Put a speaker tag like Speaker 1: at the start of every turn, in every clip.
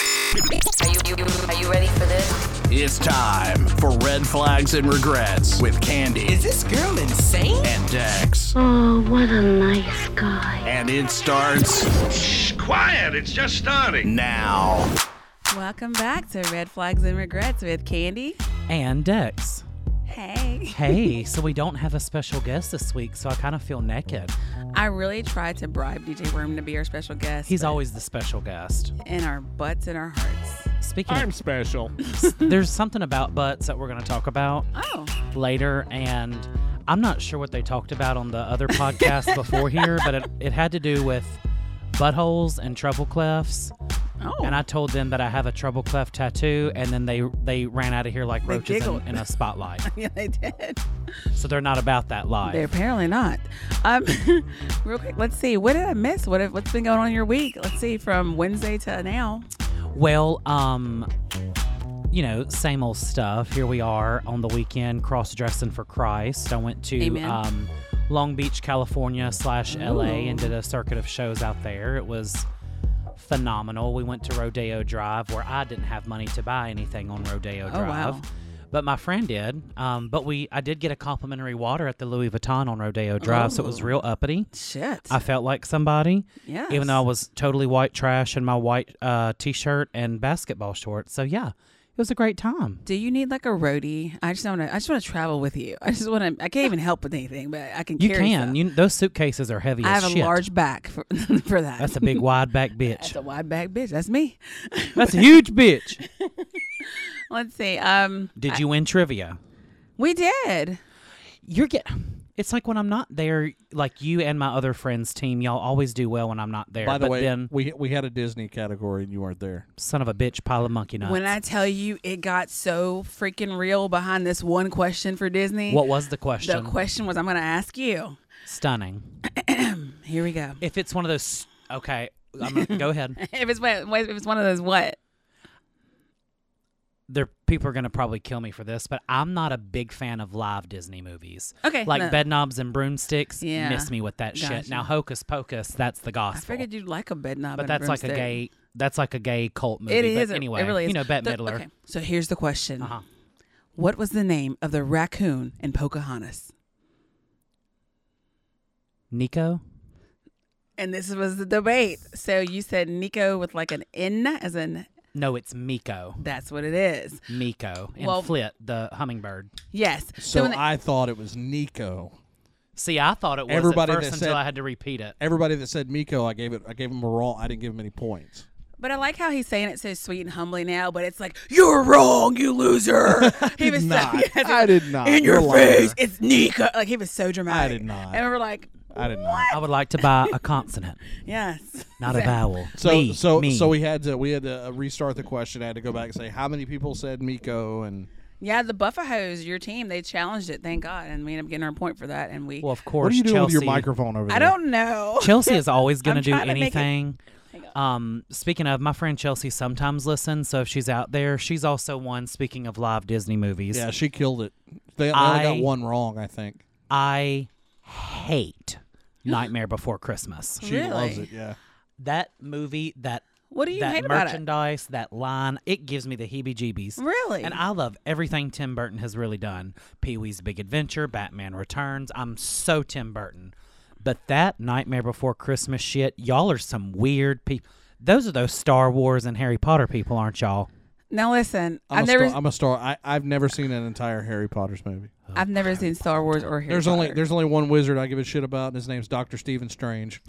Speaker 1: Are you, you, you, are you ready for this?
Speaker 2: It's time for Red Flags and Regrets with Candy
Speaker 3: Is this girl insane?
Speaker 2: and Dex.
Speaker 4: Oh, what a nice guy.
Speaker 2: And it starts
Speaker 5: Quiet, it's just starting.
Speaker 2: now.
Speaker 6: Welcome back to Red Flags and Regrets with Candy.
Speaker 7: And Dex.
Speaker 6: Hey.
Speaker 7: Hey, so we don't have a special guest this week, so I kind of feel naked.
Speaker 6: I really tried to bribe DJ Worm to be our special guest.
Speaker 7: He's
Speaker 6: but
Speaker 7: always the special guest.
Speaker 6: in our butts and our hearts.
Speaker 7: Speaking
Speaker 8: I'm
Speaker 7: of,
Speaker 8: special.
Speaker 7: there's something about butts that we're going to talk about
Speaker 6: Oh,
Speaker 7: later, and I'm not sure what they talked about on the other podcast before here, but it, it had to do with buttholes and treble clefts.
Speaker 6: oh.
Speaker 7: And I told them that I have a treble cleft tattoo, and then they they ran out of here like roaches in,
Speaker 6: giggled.
Speaker 7: in a spotlight.
Speaker 6: yeah, they did.
Speaker 7: so they're not about that life.
Speaker 6: They're apparently not. Um, real quick, let's see. What did I miss? What have, what's been going on in your week? Let's see from Wednesday to now.
Speaker 7: Well, um, you know, same old stuff. Here we are on the weekend, cross dressing for Christ. I went to
Speaker 6: Amen.
Speaker 7: um, Long Beach, California slash LA, and did a circuit of shows out there. It was phenomenal. We went to Rodeo Drive, where I didn't have money to buy anything on Rodeo
Speaker 6: Oh, wow.
Speaker 7: Drive. But my friend did. Um, but we, I did get a complimentary water at the Louis Vuitton on Rodeo Drive, so it
Speaker 6: Oh.
Speaker 7: was real uppity.
Speaker 6: Shit.
Speaker 7: I felt like somebody. Even though I
Speaker 6: Yes.
Speaker 7: was totally white trash in my white uh, t shirt and basketball shorts. So, yeah, it was a great time.
Speaker 6: Do you need like a roadie? I just want to. I just want to travel with you. I just want to. I can't even help with anything, but I can.
Speaker 7: You
Speaker 6: carry
Speaker 7: can.
Speaker 6: stuff.
Speaker 7: You, those suitcases are heavy
Speaker 6: I
Speaker 7: as
Speaker 6: have
Speaker 7: shit.
Speaker 6: a large back for, for that.
Speaker 7: That's a big wide back
Speaker 6: That's
Speaker 7: bitch.
Speaker 6: a wide back bitch. That's me.
Speaker 7: That's a huge bitch.
Speaker 6: Let's see. Um,
Speaker 7: Did you win trivia?
Speaker 6: we did.
Speaker 7: You're get. It's like when I'm not there, like you and my other friends' team, y'all always do well when I'm not there.
Speaker 8: By the
Speaker 7: but
Speaker 8: way,
Speaker 7: then,
Speaker 8: we we had a Disney category and you weren't there.
Speaker 7: son of a bitch, pile of monkey nuts.
Speaker 6: When I tell you it got so freaking real behind this one question for Disney.
Speaker 7: what was the
Speaker 6: the
Speaker 7: question?
Speaker 6: question was I'm going to ask you.
Speaker 7: Stunning.
Speaker 6: Here we go.
Speaker 7: If it's one of those, okay, I'm gonna, go ahead.
Speaker 6: If it's what- what- if it's one of those what?
Speaker 7: there people are gonna probably kill me for this, but I'm not a big fan of live Disney movies.
Speaker 6: Okay,
Speaker 7: like
Speaker 6: no.
Speaker 7: Bed Knobs and Broomsticks.
Speaker 6: Yeah.
Speaker 7: miss me with that shit.
Speaker 6: Gotcha.
Speaker 7: Now Hocus Pocus, that's the
Speaker 6: I
Speaker 7: gospel.
Speaker 6: figured you'd like a bed knob.
Speaker 7: but
Speaker 6: and
Speaker 7: that's like a
Speaker 6: broomstick.
Speaker 7: gay. That's like a gay cult movie.
Speaker 6: It
Speaker 7: but
Speaker 6: is it-
Speaker 7: anyway.
Speaker 6: It really is.
Speaker 7: You know, Bette
Speaker 6: The-
Speaker 7: Midler.
Speaker 6: okay. So here's the question:
Speaker 7: Uh-huh.
Speaker 6: What was the name of the raccoon in Pocahontas?
Speaker 7: Nico.
Speaker 6: And this was the debate. So you said Nico with like an N, as in
Speaker 7: No, it's Miko.
Speaker 6: that's what it is.
Speaker 7: Miko and
Speaker 6: Well-
Speaker 7: Flit, the hummingbird.
Speaker 6: Yes.
Speaker 8: So
Speaker 6: when they-
Speaker 8: I thought it was Nico.
Speaker 7: See, I thought it was
Speaker 8: Everybody
Speaker 7: at first
Speaker 8: that
Speaker 7: until
Speaker 8: said-
Speaker 7: I had to repeat it.
Speaker 8: Everybody that said Miko, I gave it. I gave him a roll. I didn't give him any points.
Speaker 6: But I like how he's saying it so sweet and humbly now, but it's like, you're wrong, you loser. he was
Speaker 8: not.
Speaker 6: So, yes,
Speaker 8: I did not.
Speaker 6: In
Speaker 8: You're
Speaker 6: your
Speaker 8: a liar.
Speaker 6: face, it's Nico. Like, he was so dramatic.
Speaker 8: did not.
Speaker 6: And we were like,
Speaker 8: I did
Speaker 6: "What?"
Speaker 8: not.
Speaker 7: I would like to buy a consonant,
Speaker 6: Yes.
Speaker 7: not a vowel.
Speaker 8: So
Speaker 7: Me,
Speaker 8: so
Speaker 7: me.
Speaker 8: so we had to we had to restart the question. I had to go back and say how many people said Miko and
Speaker 6: Yeah, the Buffahos, your team, they challenged it, thank God. And we ended up getting our point for that. And we,
Speaker 7: well, of course,
Speaker 8: what are you doing
Speaker 7: Chelsea,
Speaker 8: with your microphone over there?
Speaker 6: I don't know.
Speaker 7: Chelsea is always going to
Speaker 6: I'm
Speaker 7: do
Speaker 6: trying to make it-
Speaker 7: anything. Um, speaking of, my friend Chelsea sometimes listens, so if she's out there, she's also one. Speaking of live Disney movies,
Speaker 8: Yeah, she killed it. They, they
Speaker 7: I-
Speaker 8: only got one wrong, I think.
Speaker 7: I hate Nightmare Before Christmas.
Speaker 8: She loves
Speaker 6: Really?
Speaker 8: it. Yeah.
Speaker 7: That movie, that
Speaker 6: What do you
Speaker 7: that
Speaker 6: hate about it?
Speaker 7: merchandise, that line, it gives me the heebie-jeebies.
Speaker 6: Really?
Speaker 7: And I love everything Tim Burton has really done. Pee-wee's Big Adventure, Batman Returns. I'm so Tim Burton. But that Nightmare Before Christmas shit, y'all are some weird people. Those are those Star Wars and Harry Potter people, aren't y'all?
Speaker 6: Now, listen,
Speaker 8: I'm
Speaker 6: I've
Speaker 8: a
Speaker 6: never,
Speaker 8: star. I'm a star. I, I've never seen an entire Harry Potter's movie.
Speaker 6: I've never seen Star Wars or Harry
Speaker 8: there's only
Speaker 6: Potter.
Speaker 8: there's only one wizard I give a shit about, and his name's Doctor Stephen Strange.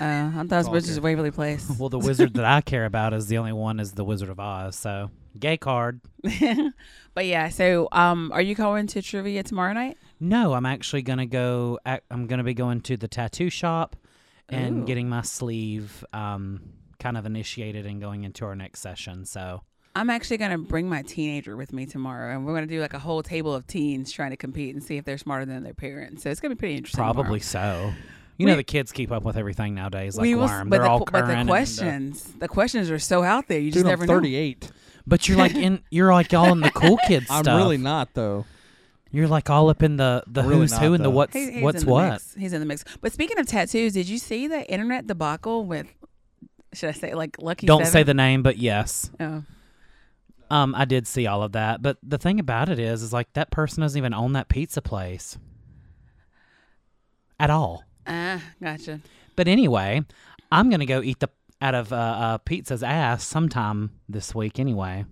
Speaker 6: Uh, I thought it was just Waverly Place.
Speaker 7: Well, the wizard that I care about is the only one is the Wizard of Oz. So, gay card.
Speaker 6: But yeah, so um, are you going to trivia tomorrow night?
Speaker 7: No, I'm actually gonna go. ac- I'm gonna be going to the tattoo shop and getting my sleeve um, kind of initiated and going into our next session. So
Speaker 6: I'm actually going to bring my teenager with me tomorrow, and we're going to do like a whole table of teens trying to compete and see if they're smarter than their parents. So it's going to be pretty interesting. tomorrow.
Speaker 7: probably so. You know, the kids keep up with everything nowadays. Like
Speaker 6: we will.
Speaker 7: worm,
Speaker 6: but,
Speaker 7: they're
Speaker 6: the,
Speaker 7: all
Speaker 6: but
Speaker 7: current.
Speaker 6: the
Speaker 7: and, uh,
Speaker 6: questions, the questions are so out there. You just
Speaker 8: Dude,
Speaker 6: never
Speaker 8: I'm 38.
Speaker 7: but you're like in. You're like all in the cool kids
Speaker 8: I'm
Speaker 7: stuff.
Speaker 8: really not though.
Speaker 7: You're like all up in the the
Speaker 8: Really
Speaker 7: who's
Speaker 8: not,
Speaker 7: who and the
Speaker 8: though.
Speaker 7: what's
Speaker 6: know. He- he's
Speaker 7: what's
Speaker 6: in the
Speaker 7: what.
Speaker 6: Mix. He's in the mix. But speaking of tattoos, did you see the internet debacle with should I say like Lucky?
Speaker 7: Don't say
Speaker 6: Seven?
Speaker 7: the name, but yes.
Speaker 6: Oh.
Speaker 7: Um, I did see all of that, but the thing about it is, is like that person doesn't even own that pizza place at all.
Speaker 6: Ah, gotcha.
Speaker 7: But anyway, I'm gonna go eat the out of uh, uh, pizza's ass sometime this week. Anyway,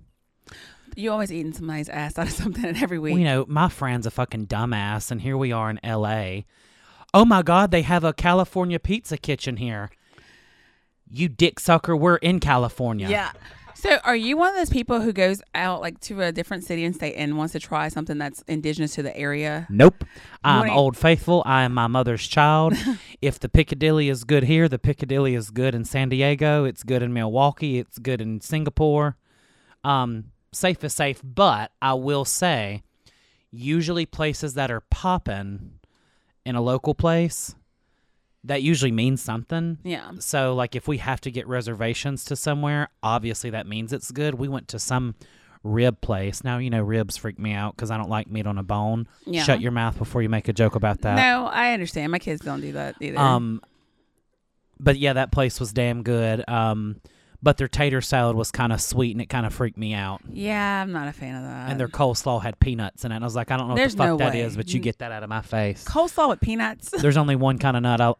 Speaker 6: You always eating somebody's ass out of something every week.
Speaker 7: Well, you know my friend's a fucking dumbass, and here we are in L.A. Oh my God, they have a California pizza kitchen here. You dick sucker, we're in California.
Speaker 6: yeah. So, are you one of those people who goes out like to a different city and state and wants to try something that's indigenous to the area?
Speaker 7: Nope. I'm
Speaker 6: ain't-
Speaker 7: old faithful. I am my mother's child. if the Piccadilly is good here, the Piccadilly is good in San Diego. It's good in Milwaukee. It's good in Singapore. Um, safe is safe, but I will say, usually places that are popping in a local place, that usually means something.
Speaker 6: Yeah.
Speaker 7: So, like, if we have to get reservations to somewhere, obviously that means it's good. We went to some rib place. Now, you know, ribs freak me out because I don't like meat on a bone.
Speaker 6: Yeah.
Speaker 7: Shut your mouth before you make a joke about that.
Speaker 6: No, I understand. My kids don't do that either.
Speaker 7: Um, but yeah, that place was damn good. Um, but their tater salad was kind of sweet and it kind of freaked me out.
Speaker 6: yeah, I'm not a fan of that.
Speaker 7: And their coleslaw had peanuts in it. And I was like, I don't know what
Speaker 6: Uh. There's
Speaker 7: the fuck
Speaker 6: no
Speaker 7: that
Speaker 6: way. Mm.
Speaker 7: is, but you get that out of my face.
Speaker 6: coleslaw with peanuts.
Speaker 7: There's only one kind of nut. I'll...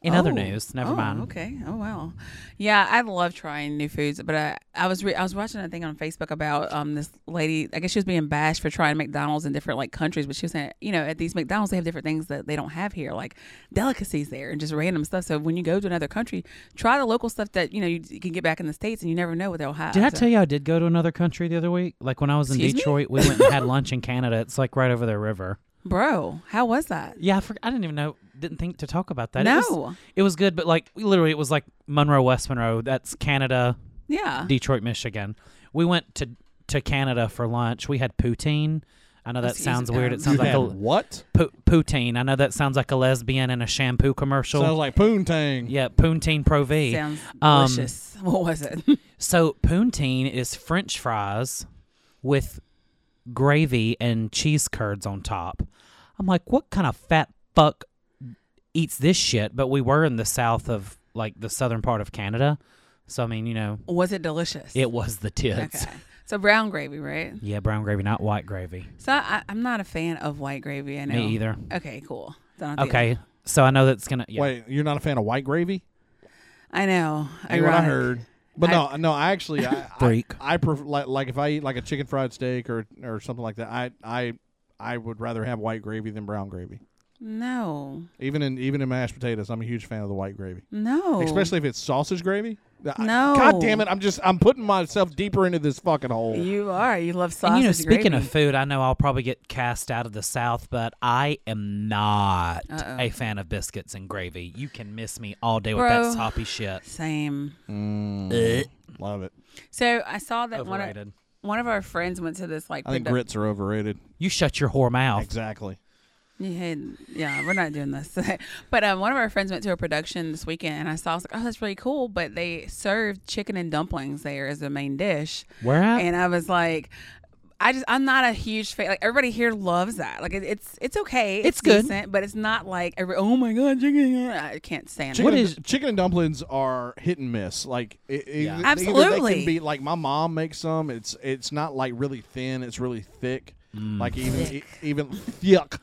Speaker 7: In other
Speaker 6: Oh.
Speaker 7: news, never
Speaker 6: Oh,
Speaker 7: mind.
Speaker 6: Okay. Oh wow. Yeah, I love trying new foods, but I, I was re- I was watching a thing on Facebook about um this lady. I guess she was being bashed for trying McDonald's in different like countries, but she was saying you know at these McDonald's they have different things that they don't have here, like delicacies there and just random stuff. So when you go to another country, try the local stuff that you know you, you can get back in the states, and you never know what they'll have.
Speaker 7: Did I
Speaker 6: So-
Speaker 7: tell you I did go to another country the other week? Like when I was in
Speaker 6: Excuse me?
Speaker 7: Detroit, we went and had lunch in Canada. It's like right over the river.
Speaker 6: bro? How was that?
Speaker 7: Yeah, I, forg I didn't even know. Didn't think to talk about that. it was,
Speaker 6: No.
Speaker 7: it was good, but like we literally, it was like Monroe, West Monroe. That's Canada,
Speaker 6: Yeah.
Speaker 7: Detroit, Michigan. We went to to Canada for lunch. We had poutine. I know that
Speaker 6: Excuse-
Speaker 7: sounds weird.
Speaker 6: um,
Speaker 7: It sounds like
Speaker 8: had
Speaker 7: a
Speaker 8: what?
Speaker 7: pu- poutine. I know that sounds like a lesbian in a shampoo commercial.
Speaker 8: Sounds like poontang.
Speaker 7: yeah, poutine pro v.
Speaker 6: Sounds
Speaker 7: Um,
Speaker 6: delicious. What was it?
Speaker 7: So poutine is French fries with gravy and cheese curds on top. I'm like, what kind of fat fuck eats this shit? But we were in the south of like the southern part of Canada, so I mean, you know,
Speaker 6: was it delicious?
Speaker 7: it was the tits.
Speaker 6: Okay. So brown gravy, right?
Speaker 7: Yeah, brown gravy, not white gravy.
Speaker 6: So I, I'm not a fan of white gravy. I know.
Speaker 7: Me either.
Speaker 6: Okay, cool. Don't have to-
Speaker 7: Okay, so I know that's gonna. Yeah.
Speaker 8: Wait, you're not a fan of white gravy?
Speaker 6: I know.
Speaker 8: Ain't what I
Speaker 6: ironic.
Speaker 8: heard. But no, no, I actually I
Speaker 7: Freak.
Speaker 8: I, I prefer like, like if I eat like a chicken fried steak or or something like that. I I I would rather have white gravy than brown gravy.
Speaker 6: No,
Speaker 8: Even in even in mashed potatoes, I'm a huge fan of the white gravy,
Speaker 6: no.
Speaker 8: especially if it's sausage gravy. I-
Speaker 6: Oh. No.
Speaker 8: God damn it! I'm just I'm putting myself deeper into this fucking hole.
Speaker 6: you are. You love sausage.
Speaker 7: And you know, speaking
Speaker 6: gravy.
Speaker 7: of food, I know I'll probably get cast out of the South, but I am not a fan of biscuits and gravy. You can miss me all day with
Speaker 6: Bro.
Speaker 7: that soppy shit.
Speaker 6: same.
Speaker 8: Love it.
Speaker 6: So I saw that one of,
Speaker 7: Overrated.
Speaker 6: one of our friends went to this like.
Speaker 8: I think
Speaker 6: produ-
Speaker 8: grits are overrated.
Speaker 7: You shut your whore mouth.
Speaker 8: Exactly.
Speaker 6: You had- yeah, we're not doing this. but um, one of our friends went to a production this weekend, and I saw. I was like, "Oh, that's really cool!" But they served chicken and dumplings there as the main dish.
Speaker 7: Where at?
Speaker 6: And I was like, I just, I'm not a huge fan. Like everybody here loves that. Like it, it's, it's okay.
Speaker 7: It's good.
Speaker 6: decent, but it's not like, every, oh my god, chicken. I can't stand
Speaker 8: Chicken
Speaker 6: it.
Speaker 8: and-
Speaker 7: is-
Speaker 8: chicken and dumplings are hit and miss. Like it, it- either they
Speaker 6: Absolutely.
Speaker 8: can be like my mom makes some. It's it's not like really thin. It's really thick. Like even e- even thick.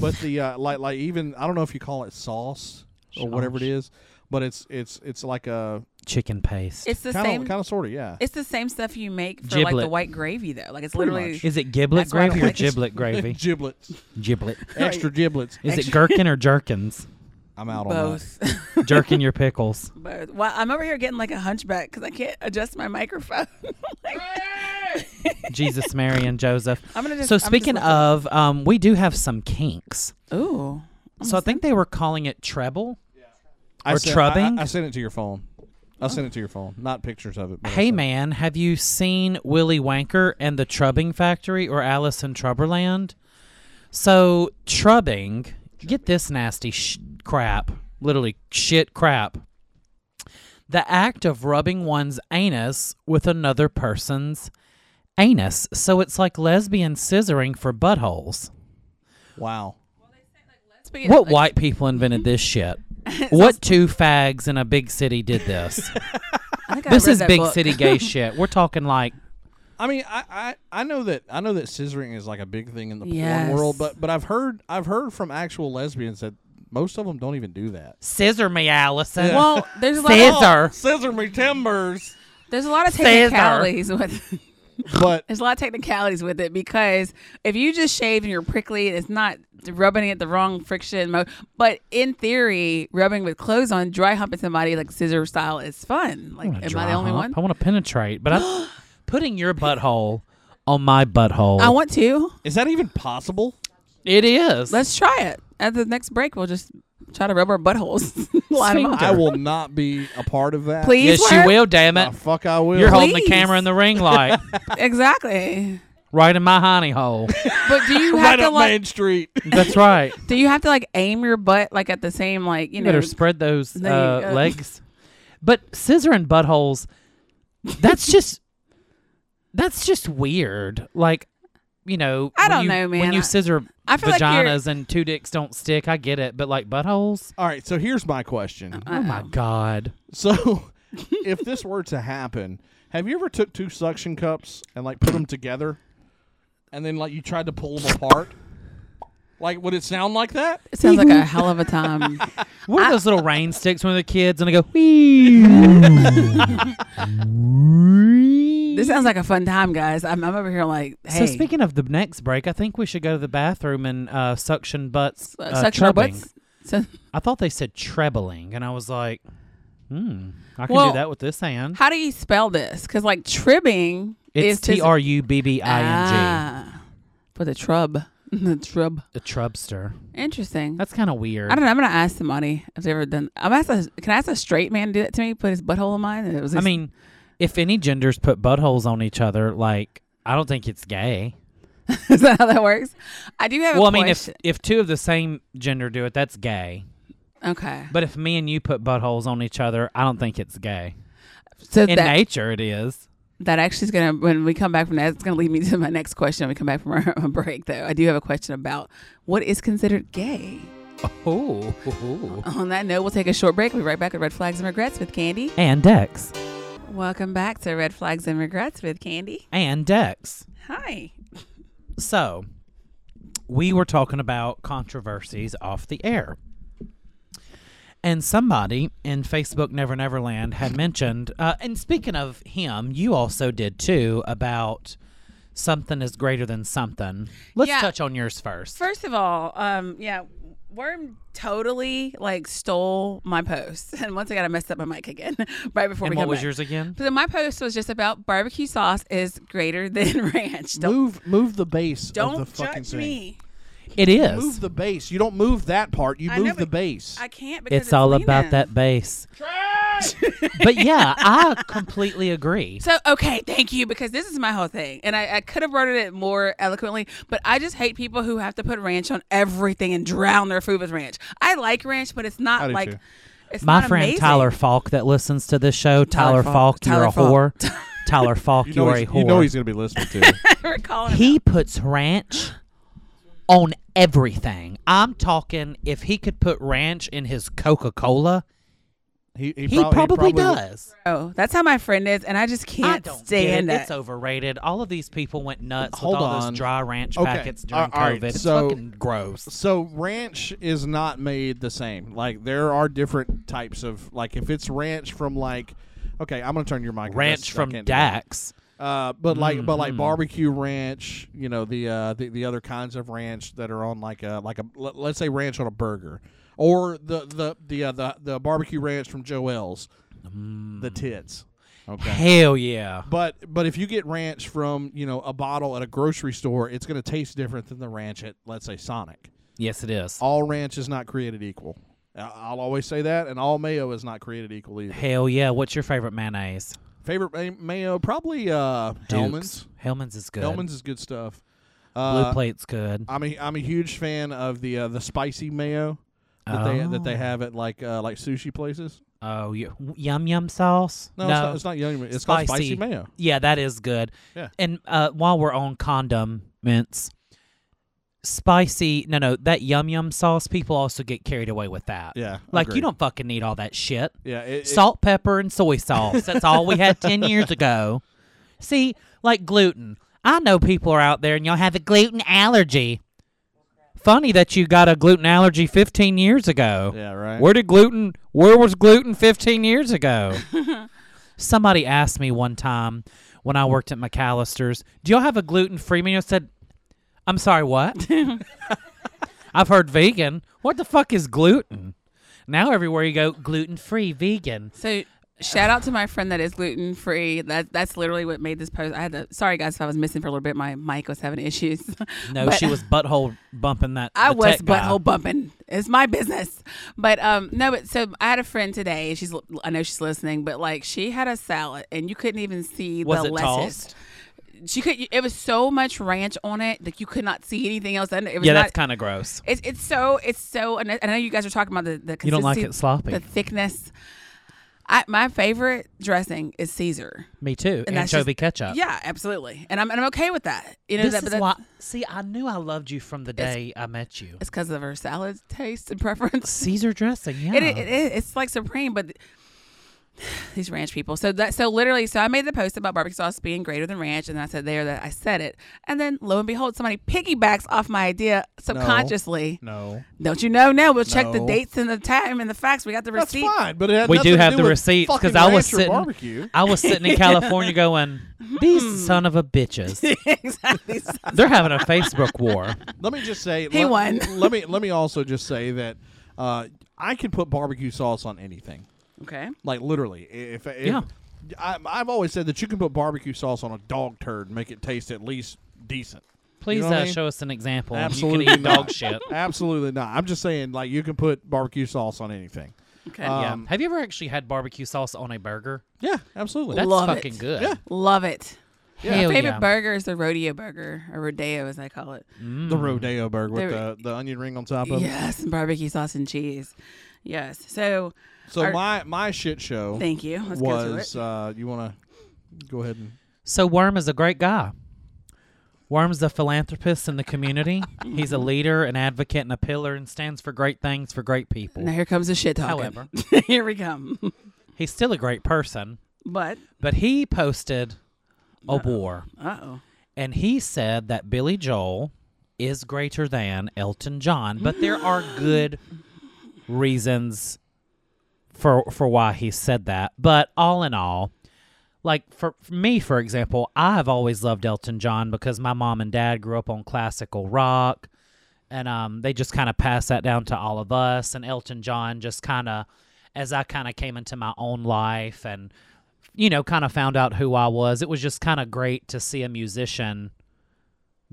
Speaker 8: But the uh, like like even I don't know if you call it sauce or whatever it is, but it's it's it's like a
Speaker 7: Chicken paste.
Speaker 6: It's the
Speaker 8: kind
Speaker 6: same.
Speaker 8: of kind of sort of yeah.
Speaker 6: it's the same stuff you make for like the
Speaker 7: Giblet.
Speaker 6: white gravy though. Like it's
Speaker 8: Pretty
Speaker 6: literally.
Speaker 8: much.
Speaker 7: is it giblet
Speaker 6: That's why I don't
Speaker 7: gravy or
Speaker 6: like it.
Speaker 7: giblet gravy?
Speaker 8: giblets,
Speaker 7: giblet.
Speaker 8: extra giblets.
Speaker 7: Is it gherkin or jerkins?
Speaker 8: I'm out on that.
Speaker 6: both,
Speaker 7: Jerkin your pickles.
Speaker 6: both. Well, I'm over here getting like a hunchback because I can't adjust my microphone. Like-
Speaker 7: Jesus, Mary, and Joseph.
Speaker 6: I'm gonna just-
Speaker 7: so
Speaker 6: I'm just
Speaker 7: speaking
Speaker 6: looking.
Speaker 7: of, um, we do have some kinks.
Speaker 6: Ooh,
Speaker 7: So I think they were calling it treble.
Speaker 8: I
Speaker 7: Or
Speaker 8: sent- I-
Speaker 7: trubbing?
Speaker 8: I, I sent it to your phone. I sent it to your phone, not pictures of it. but I
Speaker 7: Hey
Speaker 8: sent it.
Speaker 7: man, have you seen Willy Wanker and the Trubbing Factory or Alice in Trubberland? So trubbing, get this nasty sh- crap, literally shit crap. The act of rubbing one's anus with another person's anus. So it's like lesbian scissoring for buttholes.
Speaker 8: Wow.
Speaker 6: Speaking-
Speaker 7: What white people invented this shit? What two fags in a big city did this?
Speaker 6: I think I
Speaker 7: This
Speaker 6: read
Speaker 7: is
Speaker 6: that
Speaker 7: big
Speaker 6: book.
Speaker 7: city gay shit. We're talking like
Speaker 8: I mean, I, I, I know that I know that scissoring is like a big thing in the
Speaker 6: Yes.
Speaker 8: porn world, but but I've heard I've heard from actual lesbians that most of them don't even do that.
Speaker 7: scissor me, Allison.
Speaker 6: Well, there's a lot. Of,
Speaker 7: scissor.
Speaker 8: Oh, Scissor me timbers.
Speaker 6: there's a lot of
Speaker 7: Scissor.
Speaker 6: technicalities with.
Speaker 8: But
Speaker 6: There's a lot of technicalities with it because if you just shave and you're prickly, it's not rubbing it the wrong friction mode. But in theory, rubbing with clothes on, dry humping somebody like scissor style is fun. Like,
Speaker 7: wanna
Speaker 6: am I
Speaker 7: dry
Speaker 6: the only
Speaker 7: hump. I
Speaker 6: one?
Speaker 7: want to penetrate, but I'm putting your butthole on my butthole.
Speaker 6: I want to.
Speaker 8: is that even possible?
Speaker 7: it is.
Speaker 6: Let's try it. At the next break, we'll just try to rub our buttholes. Line 'em up.
Speaker 8: I will not be a part of that.
Speaker 6: Please.
Speaker 7: yes, you
Speaker 6: work.
Speaker 7: will. Damn it!
Speaker 8: The fuck, I will.
Speaker 7: You're holding the
Speaker 6: Please.
Speaker 7: camera in the ring light,
Speaker 6: Exactly.
Speaker 7: right in my honey hole.
Speaker 6: But do you have
Speaker 8: right
Speaker 6: to
Speaker 8: up
Speaker 6: like?
Speaker 8: Main Street.
Speaker 7: That's right.
Speaker 6: Do you have to like aim your butt like at the same like you
Speaker 7: You
Speaker 6: know?
Speaker 7: better spread those
Speaker 6: They,
Speaker 7: uh,
Speaker 6: uh,
Speaker 7: legs. But scissor and buttholes, that's just that's just weird. Like, you know,
Speaker 6: I
Speaker 7: when
Speaker 6: don't
Speaker 7: you-
Speaker 6: know,
Speaker 7: When
Speaker 6: man.
Speaker 7: you
Speaker 6: I-
Speaker 7: scissor
Speaker 6: I feel like you're-
Speaker 7: vaginas and two dicks don't stick, I get it. But like buttholes,
Speaker 8: All right, so here's my question.
Speaker 7: oh my god,
Speaker 8: So, if this were to happen, have you ever took two suction cups and like put them together, and then like you tried to pull them apart? Like, would it sound like that?
Speaker 6: It sounds like a hell of a time.
Speaker 7: what are those little rain sticks when they're kids and they go wee?
Speaker 6: this sounds like a fun time, guys. I'm, I'm over here like, hey,
Speaker 7: So speaking of the next break, I think we should go to the bathroom and uh, suction butts.
Speaker 6: uh,
Speaker 7: Uh,
Speaker 6: suction our
Speaker 7: trubbing.
Speaker 6: butts. So,
Speaker 7: I thought they said trebling, and I was like, hmm, I can
Speaker 6: Well,
Speaker 7: do that with this hand.
Speaker 6: how do you spell this? Because like tribbing is
Speaker 7: It's
Speaker 6: to-
Speaker 7: T R U B B I N
Speaker 6: Ah, for the trub, the trub.
Speaker 7: G. A trubster.
Speaker 6: Interesting.
Speaker 7: That's kind of weird.
Speaker 6: I don't know. I'm gonna ask somebody if they've ever done. I'm ask a, can I ask a straight man to do that to me? Put his butthole in mine. And it was.
Speaker 7: I
Speaker 6: just-
Speaker 7: mean, if any genders put buttholes on each other, like, I don't think it's gay.
Speaker 6: is that how that works? I do have.
Speaker 7: Well,
Speaker 6: a
Speaker 7: I mean, if
Speaker 6: question.
Speaker 7: if two of the same gender do it, that's gay.
Speaker 6: okay,
Speaker 7: But if me and you put buttholes on each other, I don't think it's gay.
Speaker 6: so
Speaker 7: In
Speaker 6: that
Speaker 7: nature, it is.
Speaker 6: that actually is gonna when we come back from that, it's gonna lead me to my next question. When we come back from our break, though, I do have a question about what is considered gay.
Speaker 7: Oh.
Speaker 6: On that note, we'll take a short break. We'll be right back at Red Flags and Regrets with Candy.
Speaker 7: And Dex.
Speaker 6: Welcome back to Red Flags and Regrets with Candy.
Speaker 7: And Dex.
Speaker 6: Hi.
Speaker 7: So, we were talking about controversies off the air. And somebody in Facebook Never Neverland had mentioned, uh, and speaking of him, you also did too, about something is greater than something. Let's
Speaker 6: Yeah.
Speaker 7: touch on yours first.
Speaker 6: First of all, um, yeah, Worm totally like stole my post, and once again, I messed up my mic again right before
Speaker 7: and
Speaker 6: we
Speaker 7: what
Speaker 6: come
Speaker 7: was
Speaker 6: back.
Speaker 7: yours again?
Speaker 6: So my post was just about barbecue sauce is greater than ranch. Don't
Speaker 8: Move, move the base of
Speaker 6: don't
Speaker 8: the fucking
Speaker 6: judge
Speaker 8: thing.
Speaker 6: me.
Speaker 7: It
Speaker 8: Move
Speaker 7: is.
Speaker 8: the base. You don't move that part. You
Speaker 6: I know,
Speaker 8: move the
Speaker 6: but
Speaker 8: base.
Speaker 6: I can't because
Speaker 7: It's all about
Speaker 6: leaning.
Speaker 7: that bass. but yeah, I completely agree.
Speaker 6: So okay, thank you because this is my whole thing, and I, I could have worded it more eloquently, but I just hate people who have to put ranch on everything and drown their food with ranch. I like ranch, but it's not
Speaker 8: do
Speaker 6: like
Speaker 8: too.
Speaker 6: it's
Speaker 7: My
Speaker 6: not
Speaker 7: friend
Speaker 6: amazing.
Speaker 7: Tyler Falk that listens to this show,
Speaker 6: Tyler
Speaker 7: Tyler, Falk,
Speaker 6: Falk,
Speaker 7: you're
Speaker 6: Tyler
Speaker 7: a
Speaker 6: Falk.
Speaker 7: whore. Tyler Falk,
Speaker 8: you,
Speaker 7: you
Speaker 8: know
Speaker 7: are a
Speaker 8: he's,
Speaker 7: whore.
Speaker 8: you know he's gonna be listening to. it.
Speaker 6: We're calling him
Speaker 7: he
Speaker 6: out.
Speaker 7: puts ranch on everything. I'm talking if he could put ranch in his Coca Cola,
Speaker 8: He, he,
Speaker 7: he,
Speaker 8: prob-
Speaker 7: probably,
Speaker 8: would.
Speaker 7: does.
Speaker 6: Oh, that's how my friend is, and I just can't
Speaker 7: I don't get
Speaker 6: stand
Speaker 7: it.
Speaker 6: that.
Speaker 7: It's overrated. All of these people went nuts
Speaker 8: Hold
Speaker 7: with all
Speaker 8: on.
Speaker 7: those dry ranch
Speaker 8: Okay.
Speaker 7: packets during
Speaker 8: All right,
Speaker 7: COVID. It's
Speaker 8: so-
Speaker 7: fucking gross.
Speaker 8: So ranch is not made the same. Like there are different types of like if it's ranch from like. Okay, I'm gonna turn your mic. off.
Speaker 7: Ranch
Speaker 8: That's- I
Speaker 7: from
Speaker 8: can't do that.
Speaker 7: Dax.
Speaker 8: Uh, but like, but like barbecue ranch, you know the uh, the, the other kinds of ranch that are on like a like a let, let's say ranch on a burger, or the the the uh, the, the barbecue ranch from Joel's, the tits. Okay.
Speaker 7: Hell yeah.
Speaker 8: But but if you get ranch from you know a bottle at a grocery store, it's going to taste different than the ranch at let's say Sonic.
Speaker 7: Yes, it is.
Speaker 8: All ranch is not created equal. I- I'll always say that, and all mayo is not created equal either.
Speaker 7: Hell yeah. What's your favorite mayonnaise?
Speaker 8: Favorite ma- mayo, probably uh, Hellman's.
Speaker 7: Dukes. Hellman's is good.
Speaker 8: Hellman's is good stuff.
Speaker 7: Blue
Speaker 8: Uh,
Speaker 7: plate's good.
Speaker 8: I'm a, I'm a huge fan of the uh, the spicy mayo that they that they have at like uh, like sushi places.
Speaker 7: Oh, y- yum yum sauce.
Speaker 8: No, It's, not, it's not young. It's called spicy mayo.
Speaker 7: Yeah, that is good.
Speaker 8: Yeah.
Speaker 7: And uh, while we're on condiments, spicy. No, no, that yum yum sauce. People also get carried away with that.
Speaker 8: Yeah,
Speaker 7: like
Speaker 8: agreed.
Speaker 7: you don't fucking need all that shit.
Speaker 8: Yeah, it- it-
Speaker 7: salt, pepper, and soy sauce. That's all we had ten years ago. See, like gluten. I know people are out there and y'all have a gluten allergy. Funny that you got a gluten allergy 15 years ago.
Speaker 8: Yeah, right.
Speaker 7: Where did gluten? Where was gluten 15 years ago? Somebody asked me one time when I worked at McAllister's, "Do y'all have a gluten-free menu?" I said, "I'm sorry, what?" I've heard vegan. What the fuck is gluten? Now everywhere you go, gluten-free, vegan.
Speaker 6: So shout out to my friend that is gluten free. That that's literally what made this post. I had to. Sorry guys, if I was missing for a little bit, my mic was having issues.
Speaker 7: No,
Speaker 6: But-
Speaker 7: she was butthole bumping that.
Speaker 6: I
Speaker 7: the
Speaker 6: was
Speaker 7: tech guy.
Speaker 6: butthole bumping. It's my business. But um no, but so I had a friend today. She's I know she's listening, but like she had a salad and you couldn't even see
Speaker 7: Was
Speaker 6: the
Speaker 7: it
Speaker 6: lettuce.
Speaker 7: tossed?
Speaker 6: She could. It was so much ranch on it that you could not see anything else. under It was
Speaker 7: Yeah,
Speaker 6: not,
Speaker 7: that's kind of gross.
Speaker 6: It's it's so it's so. And I I know you guys are talking about the the consistency,
Speaker 7: You don't like it sloppy.
Speaker 6: the thickness. I, my favorite dressing is Caesar.
Speaker 7: Me too.
Speaker 6: And that's
Speaker 7: Anchovy
Speaker 6: just-
Speaker 7: ketchup.
Speaker 6: Yeah, absolutely, and I'm and I'm okay with that. You know
Speaker 7: This
Speaker 6: that, but
Speaker 7: is
Speaker 6: that-
Speaker 7: why. See, I knew I loved you from the day I met you.
Speaker 6: it's because of her salad taste and preference.
Speaker 7: Caesar dressing. Yeah.
Speaker 6: It, it, it- it's like supreme, but these ranch people. So that so literally, so I made the post about barbecue sauce being greater than ranch, and then I said there that I said it, and then lo and behold, somebody piggybacks off my idea subconsciously.
Speaker 8: No,
Speaker 6: Don't you know? Now we'll check the
Speaker 8: No.
Speaker 6: dates and the time and the facts. We got the
Speaker 8: that's
Speaker 6: receipt.
Speaker 8: fine. But it had
Speaker 7: we
Speaker 8: nothing
Speaker 7: do
Speaker 8: to
Speaker 7: have
Speaker 8: do
Speaker 7: the
Speaker 8: with
Speaker 7: receipts
Speaker 8: fucking
Speaker 7: because I was
Speaker 8: ranch or
Speaker 7: sitting.
Speaker 8: barbecue.
Speaker 7: I was sitting in California going,
Speaker 6: Hmm.
Speaker 7: "These son of a bitches,
Speaker 6: exactly. So-
Speaker 7: they're having a Facebook war."
Speaker 8: Let me just say
Speaker 6: He
Speaker 8: let,
Speaker 6: won.
Speaker 8: Let me let me also just say that uh, I can put barbecue sauce on anything.
Speaker 6: okay.
Speaker 8: Like literally, i- if, if
Speaker 7: Yeah.
Speaker 8: I, I've always said that you can put barbecue sauce on a dog turd and make it taste at least decent.
Speaker 7: Please
Speaker 8: know what
Speaker 7: uh,
Speaker 8: I mean?
Speaker 7: show us an example.
Speaker 8: Absolutely
Speaker 7: you can eat
Speaker 8: not.
Speaker 7: dog shit.
Speaker 8: Absolutely not. I'm just saying, like you can put barbecue sauce on anything.
Speaker 6: Okay.
Speaker 7: Yeah.
Speaker 8: Um,
Speaker 7: Have you ever actually had barbecue sauce on a burger?
Speaker 8: Yeah, absolutely.
Speaker 7: That's
Speaker 6: Love it.
Speaker 7: fucking good.
Speaker 8: Yeah.
Speaker 6: Love it.
Speaker 7: Hell
Speaker 6: My favorite
Speaker 7: yeah.
Speaker 6: burger is the rodeo burger, or rodeo as I call it.
Speaker 7: Mm.
Speaker 8: the rodeo burger with
Speaker 6: There-
Speaker 8: the, the onion ring on top of it.
Speaker 6: Yes, and barbecue sauce and cheese. Yes. So
Speaker 8: So
Speaker 6: Our-
Speaker 8: my my shit show.
Speaker 6: thank you. Let's go
Speaker 8: was
Speaker 6: to it.
Speaker 8: uh, you want to go ahead and
Speaker 7: So Worm is a great guy. Worm's a philanthropist in the community. He's a leader, an advocate, and a pillar, and stands for great things for great people.
Speaker 6: Now here comes the shit talking.
Speaker 7: However.
Speaker 6: here we come.
Speaker 7: He's still a great person,
Speaker 6: But
Speaker 7: but he posted a war.
Speaker 6: uh oh.
Speaker 7: and he said that Billy Joel is greater than Elton John, but there are good reasons for for why he said that. But all in all, like for, for me, for example, I've always loved Elton John because my mom and dad grew up on classical rock, and um, they just kind of passed that down to all of us. And Elton John just kind of, as I kind of came into my own life and you know, kind of found out who I was. It was just kind of great to see a musician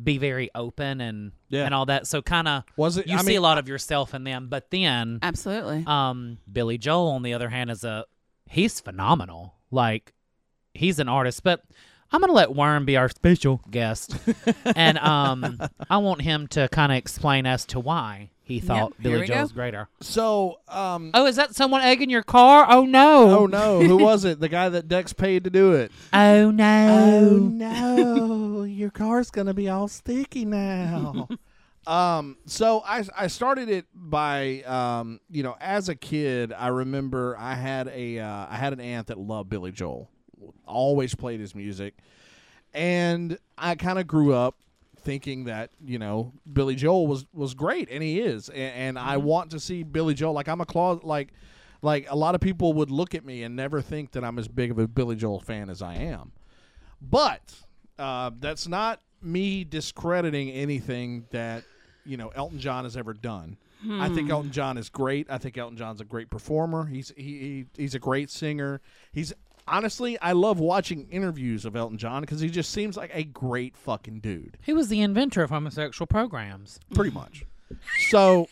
Speaker 7: be very open and
Speaker 8: Yeah.
Speaker 7: and all that. So kind of
Speaker 8: Was it-
Speaker 7: you
Speaker 8: I
Speaker 7: see
Speaker 8: mean-
Speaker 7: a lot of yourself in them. But then
Speaker 6: Absolutely.
Speaker 7: um Billy Joel on the other hand is a he's phenomenal. Like he's an artist, but I'm going to let Worm be our special guest. and um I want him to kind of explain as to why he thought
Speaker 6: here
Speaker 7: Billy
Speaker 6: we go.
Speaker 7: Joel's greater.
Speaker 8: So, um,
Speaker 7: Oh, is that someone egging your car? Oh no.
Speaker 8: oh no, who was it? The guy that Dex paid to do it.
Speaker 7: Oh no.
Speaker 8: no, your car's gonna be all sticky now. um, so I I started it by um, you know, as a kid, I remember I had a uh, I had an aunt that loved Billy Joel, always played his music, and I kind of grew up thinking that you know Billy Joel was was great, and he is, and, and I want to see Billy Joel. Like I'm a closet like. Like a lot of people would look at me and never think that I'm as big of a Billy Joel fan as I am. But uh, that's not me discrediting anything that you know Elton John has ever done. I think Elton John is great. I think Elton John's a great performer. He's he, he he's a great singer. He's honestly, I love watching interviews of Elton John because he just seems like a great fucking dude.
Speaker 7: He was the inventor of homosexual programs.
Speaker 8: pretty much. So,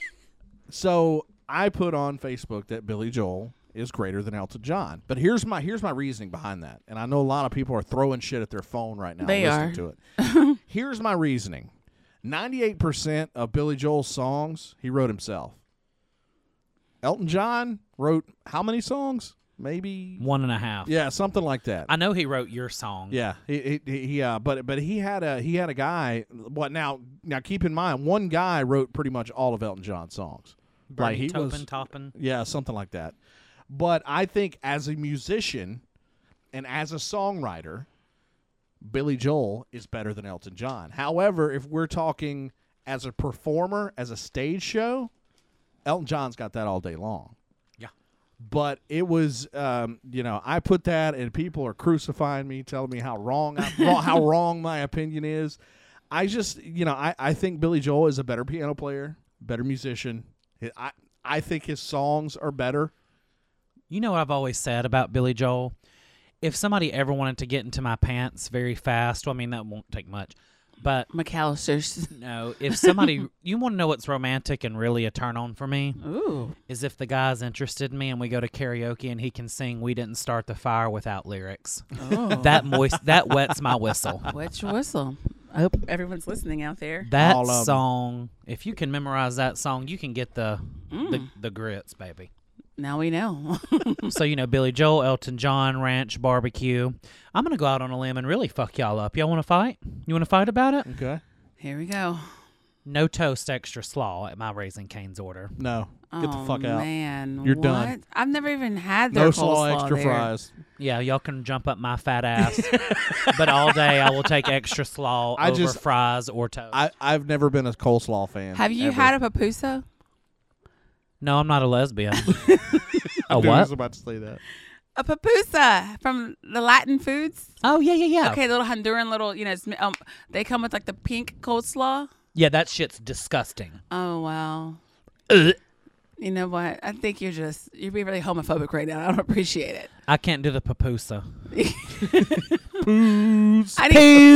Speaker 8: so I put on Facebook that Billy Joel is greater than Elton John. But here's my here's my reasoning behind that, and I know a lot of people are throwing shit at their phone right now.
Speaker 6: They
Speaker 8: listening
Speaker 6: are.
Speaker 8: to it. here's my reasoning: ninety-eight percent of Billy Joel's songs he wrote himself. Elton John wrote how many songs? maybe.
Speaker 7: One and a half.
Speaker 8: Yeah, something like that.
Speaker 7: I know he wrote your song.
Speaker 8: Yeah, he, he, he uh, but but he had a he had a guy. What now? Now keep in mind, one guy wrote pretty much all of Elton John's songs.
Speaker 7: Bernie
Speaker 8: he
Speaker 7: Taupin,
Speaker 8: was-
Speaker 7: Taupin.
Speaker 8: yeah, something like that. But I think as a musician and as a songwriter, Billy Joel is better than Elton John. However, if we're talking as a performer, as a stage show, Elton John's got that all day long
Speaker 7: Yeah.
Speaker 8: but it was um, you know I put that and people are crucifying me, telling me how wrong I, wrong- how wrong my opinion is. I just you know I, I think Billy Joel is a better piano player, better musician. Hi- I I think his songs are better.
Speaker 7: You know what I've always said about Billy Joel? If somebody ever wanted to get into my pants very fast, well, I mean, that won't take much. But
Speaker 6: McAllister's.
Speaker 7: no, if somebody, you want to know what's romantic and really a turn on for me?
Speaker 6: Ooh.
Speaker 7: Is if the guy's interested in me and we go to karaoke and he can sing We Didn't Start the Fire Without Lyrics.
Speaker 8: Oh.
Speaker 7: That moist, that wets my whistle.
Speaker 6: Wet your whistle. I hope everyone's listening out there.
Speaker 7: That
Speaker 8: All of 'em.
Speaker 7: song, if you can memorize that song, you can get the the,
Speaker 8: Mm.
Speaker 7: the grits, baby.
Speaker 6: Now we know.
Speaker 7: so you know, Billy Joel, Elton John, Ranch Barbecue. I'm gonna go out on a limb and really fuck y'all up. Y'all want to fight? You want to fight about it?
Speaker 8: Okay,
Speaker 6: Here we go.
Speaker 7: No toast, extra slaw at my Raisin Cane's order.
Speaker 8: no, get the
Speaker 6: Oh,
Speaker 8: fuck out.
Speaker 6: Man,
Speaker 8: You're
Speaker 6: what?
Speaker 8: done.
Speaker 6: I've never even had their
Speaker 8: No
Speaker 6: coleslaw
Speaker 8: slaw, extra
Speaker 6: there.
Speaker 8: fries.
Speaker 7: Yeah, y'all can jump up my fat ass, but all day I will take extra slaw
Speaker 8: I
Speaker 7: over
Speaker 8: just-
Speaker 7: fries or toast.
Speaker 8: I I've never been a coleslaw fan.
Speaker 6: Have you
Speaker 8: ever.
Speaker 6: had a papuso?
Speaker 7: no, I'm not a lesbian. a
Speaker 8: Dude, I was
Speaker 7: what?
Speaker 8: about to say that.
Speaker 6: A papusa from the Latin foods.
Speaker 7: Oh yeah, yeah, yeah.
Speaker 6: Okay, little Honduran, little you know, it's, um, they come with like the pink coleslaw.
Speaker 7: Yeah, that shit's disgusting.
Speaker 6: Oh wow. You know what? I think you're just you're being really homophobic right now. I don't appreciate it.
Speaker 7: I can't do the papusa.
Speaker 6: I need,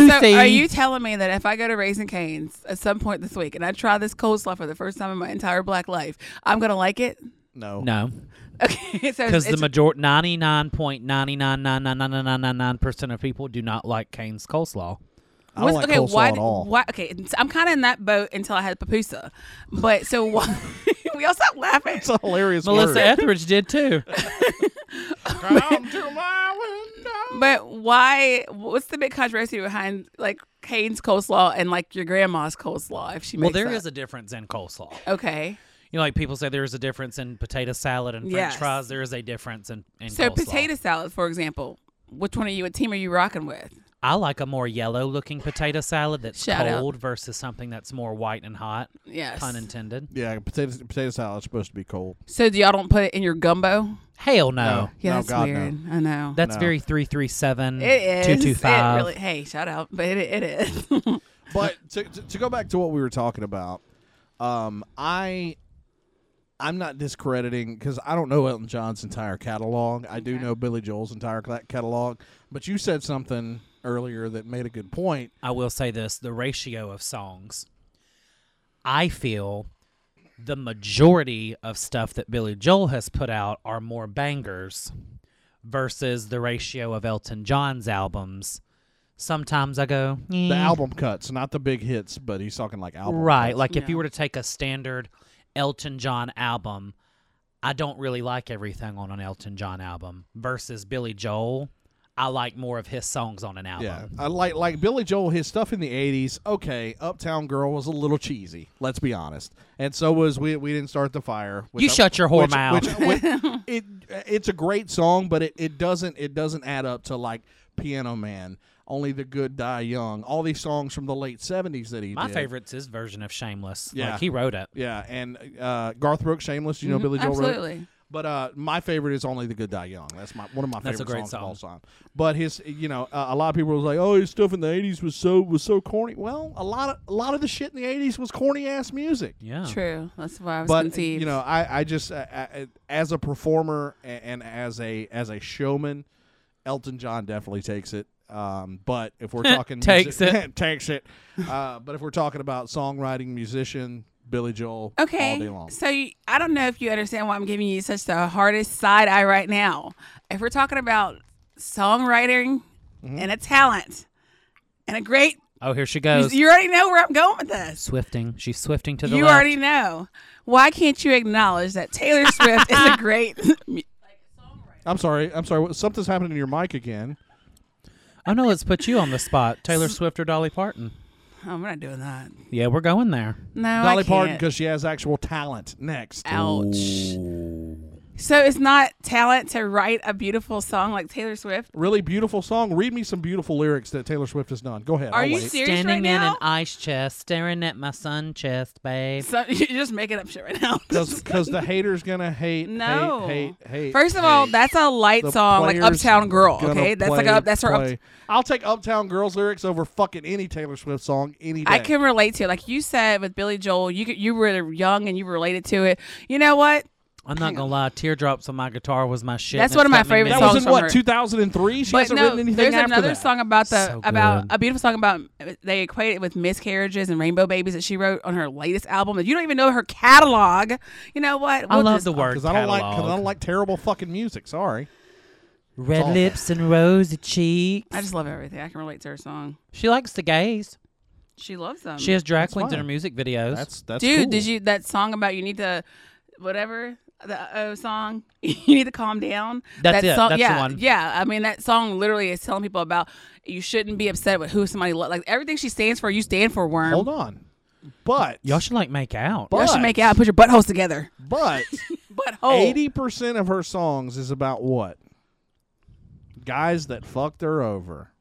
Speaker 6: so
Speaker 7: Pussy.
Speaker 6: are you telling me that if I go to Raising Canes at some point this week and I try this coleslaw for the first time in my entire black life, I'm gonna like it?
Speaker 8: No,
Speaker 7: No,
Speaker 6: Okay, so
Speaker 7: because
Speaker 6: it's,
Speaker 7: the majority, ninety nine point ninety nine nine nine nine nine nine nine percent of people do not like Cane's coleslaw.
Speaker 8: I don't
Speaker 6: what's-
Speaker 8: like
Speaker 6: okay,
Speaker 8: coleslaw
Speaker 6: why,
Speaker 8: at
Speaker 6: d-
Speaker 8: all.
Speaker 6: why? Okay, it's- I'm kind of in that boat until I had papusa, but so why? we all stop laughing.
Speaker 8: It's a hilarious
Speaker 7: Melissa
Speaker 8: word.
Speaker 7: Etheridge did too.
Speaker 8: Come to my window.
Speaker 6: But why? What's the big controversy behind like Kane's coleslaw and like your grandma's coleslaw? If she
Speaker 7: well,
Speaker 6: makes
Speaker 7: there
Speaker 6: that?
Speaker 7: is a difference in coleslaw.
Speaker 6: okay.
Speaker 7: You know, like people say there is a difference in potato salad and French
Speaker 6: Yes.
Speaker 7: fries. There is a difference in, in
Speaker 6: So
Speaker 7: coleslaw.
Speaker 6: potato salad, for example, which one are you? What team are you rocking with?
Speaker 7: I like a more yellow looking potato salad that's
Speaker 6: Shout out.
Speaker 7: cold versus something that's more white and hot.
Speaker 6: Yes.
Speaker 7: Pun intended.
Speaker 8: Yeah, potato potato salad is supposed to be cold.
Speaker 6: so do y'all don't put it in your gumbo?
Speaker 7: Hell no.
Speaker 8: No.
Speaker 6: Yeah,
Speaker 8: No,
Speaker 6: that's
Speaker 8: God, no.
Speaker 6: weird. I know.
Speaker 7: That's
Speaker 8: No.
Speaker 7: very three three seven
Speaker 6: it is.
Speaker 7: two two five.
Speaker 6: It really, hey, shout out, but it, it is.
Speaker 8: but to, to, to go back to what we were talking about, um, I I'm not discrediting because I don't know Elton John's entire catalog. I do know Billy Joel's entire cla- catalog. But you said something earlier that made a good point.
Speaker 7: I will say this the ratio of songs. I feel the majority of stuff that Billy Joel has put out are more bangers versus the ratio of Elton John's albums. Sometimes I go,
Speaker 8: The
Speaker 7: "Eh."
Speaker 8: album cuts, not the big hits, but he's talking like album.
Speaker 7: Right.
Speaker 8: cuts.
Speaker 7: Like if you were to take a standard Elton John album, I don't really like everything on an Elton John album versus Billy Joel. I like more of his songs on an album.
Speaker 8: yeah, I like like Billy Joel. His stuff in the '80s. Okay, Uptown Girl was a little cheesy. Let's be honest. And so was we. We didn't start the fire. which
Speaker 7: You shut your whore
Speaker 8: which-
Speaker 7: mouth.
Speaker 8: which- which- it it's a great song, but it, it doesn't it doesn't add up to like Piano Man. Only the good die young. All these songs from the late '70s that he
Speaker 7: My
Speaker 8: did.
Speaker 7: favorite's his version of Shameless.
Speaker 8: Yeah.
Speaker 7: Like he wrote it.
Speaker 8: Yeah, and uh, Garth Brooks, Shameless. You know Billy Joel wrote.
Speaker 6: Absolutely.
Speaker 8: But uh, my favorite is only the good die young. That's my one of my
Speaker 7: That's a
Speaker 8: favorite
Speaker 7: great
Speaker 8: songs of all time. But his, you know, uh, a lot of people was like, "Oh, his stuff in the '80s was so was so corny." Well, a lot of a lot of the shit in the '80s was corny ass music.
Speaker 7: Yeah.
Speaker 6: True. That's why I was
Speaker 8: But
Speaker 6: conceived.
Speaker 8: you know, I I just uh, uh, as a performer a- and, and as a as a showman, Elton John definitely takes it. Um, but if we're talking
Speaker 7: Takes
Speaker 8: music, takes it. Uh, but if we're talking about songwriting, musician, Billy Joel, all day
Speaker 6: Okay,
Speaker 8: long.
Speaker 6: so you, I don't know if you understand why I'm giving you such the hardest side eye right now. If we're talking about songwriting
Speaker 8: Mm-hmm.
Speaker 6: and a talent and a great,
Speaker 7: Oh, here she
Speaker 6: you,
Speaker 7: goes.
Speaker 6: you already know where I'm going with this.
Speaker 7: Swifting. She's swifting to the
Speaker 6: You
Speaker 7: left.
Speaker 6: already know. Why can't you acknowledge that Taylor Swift is a great mu-
Speaker 8: I'm sorry. I'm sorry. What- Something's happening to your mic again.
Speaker 7: Oh no, let's put you on the spot. Taylor Swift or Dolly Parton?
Speaker 6: Oh, we're not doing that.
Speaker 7: Yeah, we're going there.
Speaker 6: No, Oh, I
Speaker 8: Dolly
Speaker 6: can't.
Speaker 8: Parton because she has actual talent. Next.
Speaker 6: Ouch. So it's not talent to write a beautiful song like Taylor Swift.
Speaker 8: Really beautiful song. Read me some beautiful lyrics that Taylor Swift has done. Go ahead.
Speaker 6: Are
Speaker 8: I'll
Speaker 6: you
Speaker 8: wait.
Speaker 6: serious
Speaker 7: Standing
Speaker 6: right
Speaker 7: in
Speaker 6: now?
Speaker 7: an ice chest, staring at my sun chest, babe.
Speaker 6: So, you're just making up shit right now.
Speaker 8: Because the hater's gonna hate.
Speaker 6: no.
Speaker 8: Hate. Hate. hate
Speaker 6: First of all,
Speaker 8: hate.
Speaker 6: that's a light
Speaker 8: The
Speaker 6: song, like
Speaker 8: players
Speaker 6: Uptown Girl.
Speaker 8: gonna
Speaker 6: Okay, that's like
Speaker 8: play-
Speaker 6: a, that's her. Up,
Speaker 8: play. I'll take Uptown Girls lyrics over fucking any Taylor Swift song any day.
Speaker 6: I can relate to it. Like you said with Billy Joel, you could- you were young and you related to it. You know what?
Speaker 7: I'm not gonna lie, teardrops on my guitar was my shit.
Speaker 6: That's
Speaker 7: and
Speaker 6: one
Speaker 7: it's
Speaker 6: of my
Speaker 7: got me
Speaker 6: favorite
Speaker 8: That
Speaker 7: mixed-
Speaker 8: was
Speaker 6: songs
Speaker 8: in
Speaker 6: from her.
Speaker 8: what 2003. She
Speaker 6: But
Speaker 8: hasn't
Speaker 6: no,
Speaker 8: written anything
Speaker 6: there's
Speaker 8: after
Speaker 6: another
Speaker 8: that.
Speaker 6: song about the
Speaker 7: So
Speaker 6: about
Speaker 7: good.
Speaker 6: a beautiful song about uh, they equate it with miscarriages and rainbow babies that she wrote on her latest album. that You don't even know her catalog. You know what?
Speaker 7: I
Speaker 6: We'll
Speaker 7: love
Speaker 6: just-
Speaker 7: the word
Speaker 8: Because I don't like because I
Speaker 7: catalog.
Speaker 8: don't like terrible fucking music. Sorry.
Speaker 7: Red lips and rosy cheeks.
Speaker 6: I just love everything. I can relate to her song.
Speaker 7: she likes the gays.
Speaker 6: She loves them.
Speaker 7: She has drag queens in
Speaker 8: fine.
Speaker 7: her music videos.
Speaker 8: That's that's
Speaker 6: Dude,
Speaker 8: cool.
Speaker 6: did you that song about you need to whatever the uh, song? you need to calm down.
Speaker 7: That's
Speaker 6: that
Speaker 7: it.
Speaker 6: Song,
Speaker 7: That's the
Speaker 6: yeah,
Speaker 7: one.
Speaker 6: Yeah, I mean that song literally is telling people about you shouldn't be upset with who somebody lo- like everything she stands for. You stand for worm.
Speaker 8: hold on? But
Speaker 7: Y'all should like make out.
Speaker 6: Y'all should
Speaker 8: But-
Speaker 6: make out. Put your buttholes together.
Speaker 8: but
Speaker 6: Butthole.
Speaker 8: eighty percent of her songs is about what? Guys that fucked her over.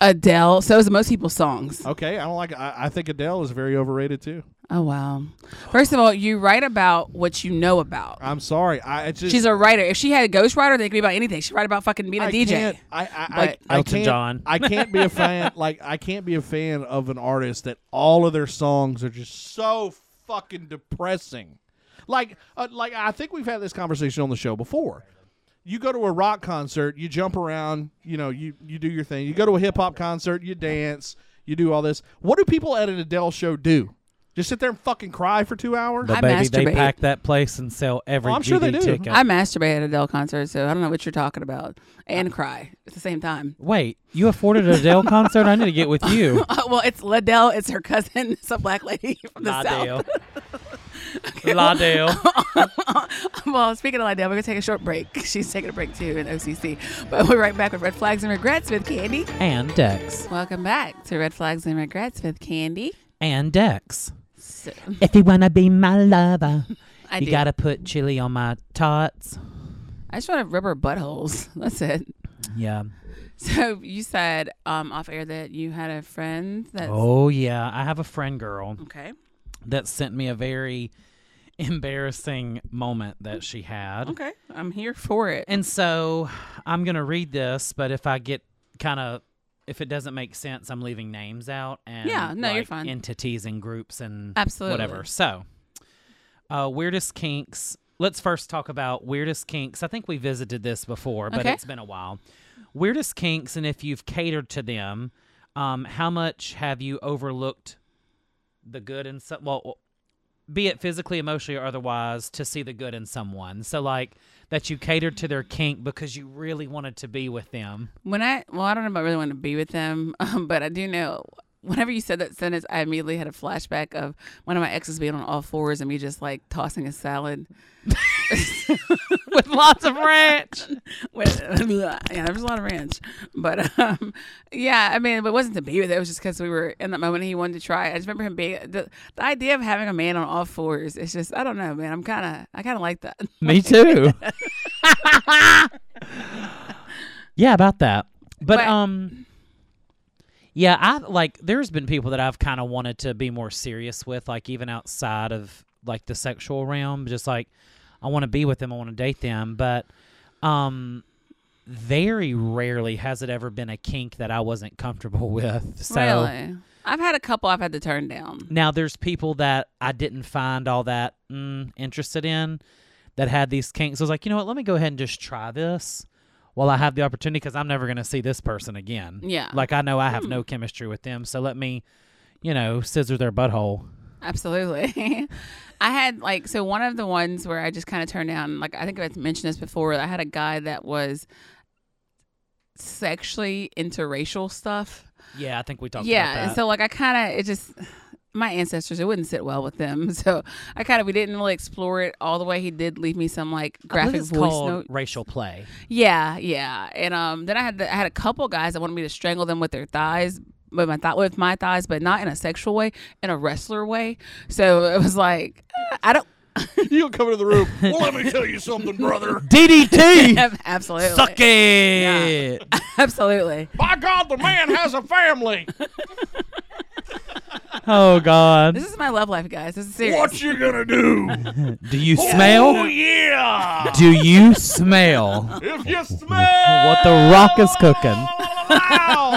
Speaker 6: Adele. So is most people's songs.
Speaker 8: Okay, I don't like. I, I think Adele is very overrated too.
Speaker 6: Oh wow. First of all, you write about what you know about.
Speaker 8: I'm sorry. I it's just
Speaker 6: She's a writer. If she had a ghostwriter, they could be about anything. She write about fucking being a
Speaker 8: I
Speaker 6: DJ.
Speaker 8: Can't, I, I, I,
Speaker 6: But-
Speaker 8: I
Speaker 7: Elton
Speaker 8: can't,
Speaker 7: John.
Speaker 8: I can't be a fan. Like I can't be a fan of an artist that all of their songs are just so fucking depressing. Like, uh, like I think we've had this conversation on the show before. You go to a rock concert, you jump around, you know, you you do your thing. You go to a hip hop concert, you dance, you do all this. What do people at an Adele show do? Just sit there and fucking cry for two hours?
Speaker 6: I
Speaker 7: But baby, they
Speaker 6: masturbate.
Speaker 7: pack that place and sell every
Speaker 8: Oh, I'm sure they
Speaker 7: GD
Speaker 8: do.
Speaker 7: ticket.
Speaker 6: I masturbate at Adele concerts, so I don't know what you're talking about. And cry at the same time.
Speaker 7: Wait, you afforded an Adele concert? I need to get with you.
Speaker 6: Uh, well, it's Liddell. It's her cousin. It's a black lady from the
Speaker 7: Ladale. Ladale.
Speaker 6: south. well, speaking of Liddell, we're gonna take a short break. She's taking a break too in OCC, but we're right back with Red Flags and Regrets with Candy.
Speaker 7: And Dex.
Speaker 6: Welcome back to Red Flags and Regrets with Candy.
Speaker 7: And Dex.
Speaker 6: So,
Speaker 7: If you wanna be my lover,
Speaker 6: I
Speaker 7: you
Speaker 6: do.
Speaker 7: gotta put chili on my tots.
Speaker 6: I just want to rubber buttholes. That's it.
Speaker 7: Yeah.
Speaker 6: So you said um, off air that you had a friend that.
Speaker 7: Oh yeah. I have a friend girl
Speaker 6: Okay.
Speaker 7: that sent me a very embarrassing moment that she had.
Speaker 6: Okay. I'm here for it.
Speaker 7: And so I'm going to read this, but if I get kind of if it doesn't make sense, I'm leaving names out and
Speaker 6: Yeah, no, you're
Speaker 7: like,
Speaker 6: fine.
Speaker 7: entities and groups and
Speaker 6: Absolutely.
Speaker 7: whatever. So, uh, weirdest kinks. Let's first talk about weirdest kinks. I think we visited this before, but
Speaker 6: Okay.
Speaker 7: it's been a while. Weirdest kinks, and if you've catered to them, um, how much have you overlooked the good in some? Well, be it physically, emotionally, or otherwise, to see the good in someone. So, like that you catered to their kink because you really wanted to be with them.
Speaker 6: When I well, I don't know if I really want to be with them, um, but I do know. Whenever you said that sentence, I immediately had a flashback of one of my exes being on all fours and me just like tossing a salad
Speaker 7: with lots of ranch.
Speaker 6: with yeah, there was a lot of ranch, but um, yeah, I mean, but it wasn't to be with it. It was just because we were in that moment. and He wanted to try. it. I just remember him being the, the idea of having a man on all fours. It's just I don't know, man. I'm kind of I kind of like that.
Speaker 7: Me too. yeah, about that. But,
Speaker 6: But-
Speaker 7: um yeah, I like there's been people that I've kind of wanted to be more serious with like even outside of like the sexual realm, just like I want to be with them, I want to date them, but um very rarely has it ever been a kink that I wasn't comfortable with. So
Speaker 6: really, I've had a couple I've had to turn down.
Speaker 7: now there's people that I didn't find all that mm, interested in that had these kinks. I was like, you know what? Let me go ahead and just try this while I have the opportunity because I'm never going to see this person again.
Speaker 6: Yeah. Hmm.
Speaker 7: Like I know I have no chemistry with them, so let me, you know, scissor their butthole.
Speaker 6: Absolutely. I had like so one of the ones where I just kind of turned down. Like I think I've mentioned this before. I had a guy that was sexually interracial stuff.
Speaker 7: Yeah, I think we talked
Speaker 6: yeah,
Speaker 7: about that.
Speaker 6: and so like I kind of it just my ancestors, it wouldn't sit well with them. So I kind of we didn't really explore it all the way. He did leave me some like
Speaker 7: I believe
Speaker 6: graphic
Speaker 7: it's
Speaker 6: voice
Speaker 7: called
Speaker 6: note.
Speaker 7: racial play.
Speaker 6: Yeah, yeah. And um, then I had the, I had a couple guys that wanted me to strangle them with their thighs, with my thigh, with my thighs, but not in a sexual way, in a wrestler way. So it was like I don't
Speaker 8: You don't come into the room. Well, let me tell you something, brother.
Speaker 7: DDT,
Speaker 6: absolutely
Speaker 7: suck it.
Speaker 6: absolutely.
Speaker 8: By God, the man has a family.
Speaker 7: Oh God,
Speaker 6: This is my love life, guys. This is serious.
Speaker 8: What you gonna do? Oh,
Speaker 7: do you smell?
Speaker 8: Yeah.
Speaker 7: Do you smell
Speaker 8: If you smell
Speaker 7: what the Rock is cooking?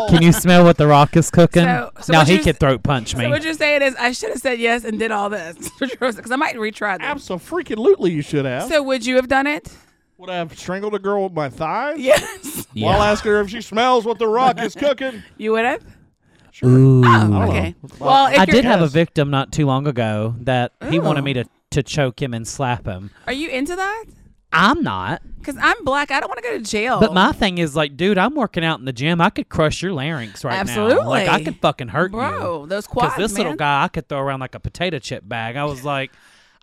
Speaker 7: Can you smell what the Rock is cooking?
Speaker 6: So- so
Speaker 7: now
Speaker 6: what
Speaker 7: he
Speaker 6: you're-
Speaker 7: could throat punch me.
Speaker 6: So what you're saying is I should have said yes and did all this because I might retry this.
Speaker 8: Absolutely, freaking you should have.
Speaker 6: So would you have done it?
Speaker 8: Would I have strangled a girl with my thighs?
Speaker 6: Yes,
Speaker 7: Yeah.
Speaker 8: While asking her if she smells what the rock is cooking.
Speaker 6: you would
Speaker 7: Mm,
Speaker 6: have.
Speaker 7: Ooh.
Speaker 6: Oh, okay. Well, if
Speaker 7: I
Speaker 6: you're,
Speaker 7: did have a victim not too long ago that he wanted
Speaker 6: Ooh.
Speaker 7: me to, to choke him and slap him.
Speaker 6: Are you into that?
Speaker 7: I'm not.
Speaker 6: Because I'm black. I don't want to go to jail.
Speaker 7: But my thing is like, dude, I'm working out in the gym. I could crush your larynx right now. Like I
Speaker 6: Absolutely.
Speaker 7: could fucking hurt you.
Speaker 6: bro, those quads,
Speaker 7: Because this little
Speaker 6: man.
Speaker 7: guy I could throw around like a potato chip bag. I was like,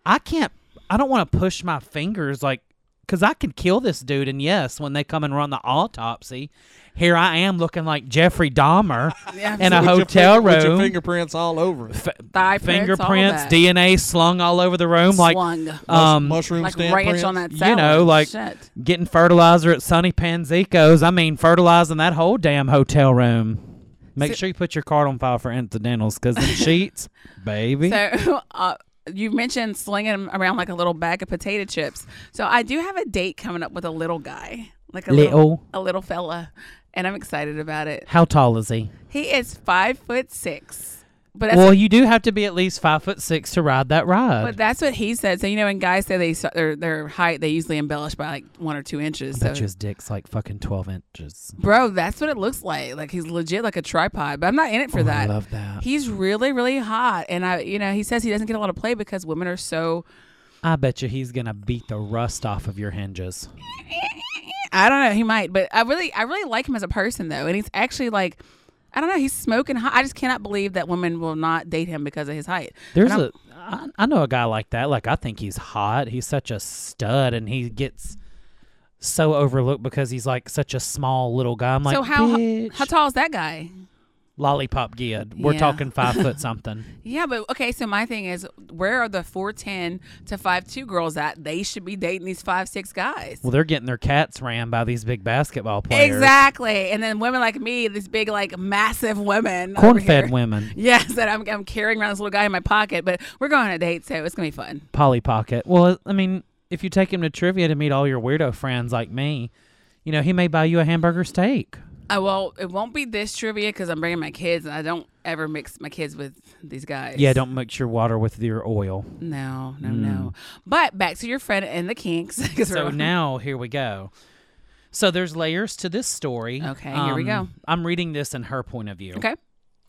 Speaker 7: I can't I don't want to push my fingers like because I could kill this dude, and yes, when they come and run the autopsy, here I am looking like Jeffrey Dahmer in a
Speaker 8: With your
Speaker 7: hotel
Speaker 8: fin- With your
Speaker 7: room.
Speaker 8: fingerprints all over it.
Speaker 6: thigh prints, all
Speaker 7: fingerprints,
Speaker 6: that.
Speaker 7: DNA slung all over the room, like
Speaker 6: Slung.
Speaker 7: um,
Speaker 8: Mushroom
Speaker 6: like
Speaker 8: stamp
Speaker 6: ranch
Speaker 8: prints.
Speaker 6: on that salad.
Speaker 7: you know, like
Speaker 6: Shit.
Speaker 7: getting fertilizer at Sonny Panzico's. I mean, fertilizing that whole damn hotel room. Make sure you put your card on file for incidentals, because the sheets, baby.
Speaker 6: So, uh, you mentioned slinging 'em around like a little bag of potato chips. So I do have a date coming up with a little guy, like a little,
Speaker 7: Little.
Speaker 6: a little fella, and I'm excited about it.
Speaker 7: How tall is he?
Speaker 6: He is five foot six, but that's
Speaker 7: Well, you do have to be at least five foot six to ride that ride.
Speaker 6: But that's what he said. So you know, when guys say they su- their their height, they usually embellish by like one or two inches. So,
Speaker 7: Bet you his dick's like fucking twelve inches.
Speaker 6: bro, that's what it looks like. Like he's legit like a tripod. But I'm not in it for
Speaker 7: Oh, I
Speaker 6: that.
Speaker 7: love that.
Speaker 6: He's really really hot, and I, you know, he says he doesn't get a lot of play because women are so.
Speaker 7: I bet you he's gonna beat the rust off of your hinges.
Speaker 6: I don't know. He might, but I really I really like him as a person though, and he's actually like. I don't know. He's smoking hot. I just cannot believe that women will not date him because of his height.
Speaker 7: There's
Speaker 6: And I'm-
Speaker 7: a, I, I know a guy like that. Like I think he's hot. He's such a stud, and he gets so overlooked because he's like such a small little guy. I'm like,
Speaker 6: so how
Speaker 7: "Bitch."
Speaker 6: how tall is that guy?
Speaker 7: Lollipop Gid. We're
Speaker 6: Yeah.
Speaker 7: talking five foot something.
Speaker 6: Yeah, but okay. So my thing is, where are the four ten to five two girls at? They should be dating these five six guys.
Speaker 7: Well, they're getting their cats ran by these big basketball players.
Speaker 6: Exactly. And then women like me, these big like massive women, over
Speaker 7: Corn fed
Speaker 6: here.
Speaker 7: women,
Speaker 6: Yes, that I'm, I'm carrying around this little guy in my pocket. But we're going on a date, so it's gonna be fun.
Speaker 7: Polly Pocket. Well, I mean, if you take him to trivia to meet all your weirdo friends like me, you know, he may buy you a hamburger steak.
Speaker 6: I well, it won't be this trivia because I'm bringing my kids, and I don't ever mix my kids with these guys.
Speaker 7: Yeah, don't Mm. mix your water with your oil.
Speaker 6: No, no, no. But back to your friend and the kinks. 'cause
Speaker 7: so
Speaker 6: we're-
Speaker 7: now here we go. So there's layers to this story. Um,
Speaker 6: Okay, here we go.
Speaker 7: I'm reading this in her point of view,
Speaker 6: okay.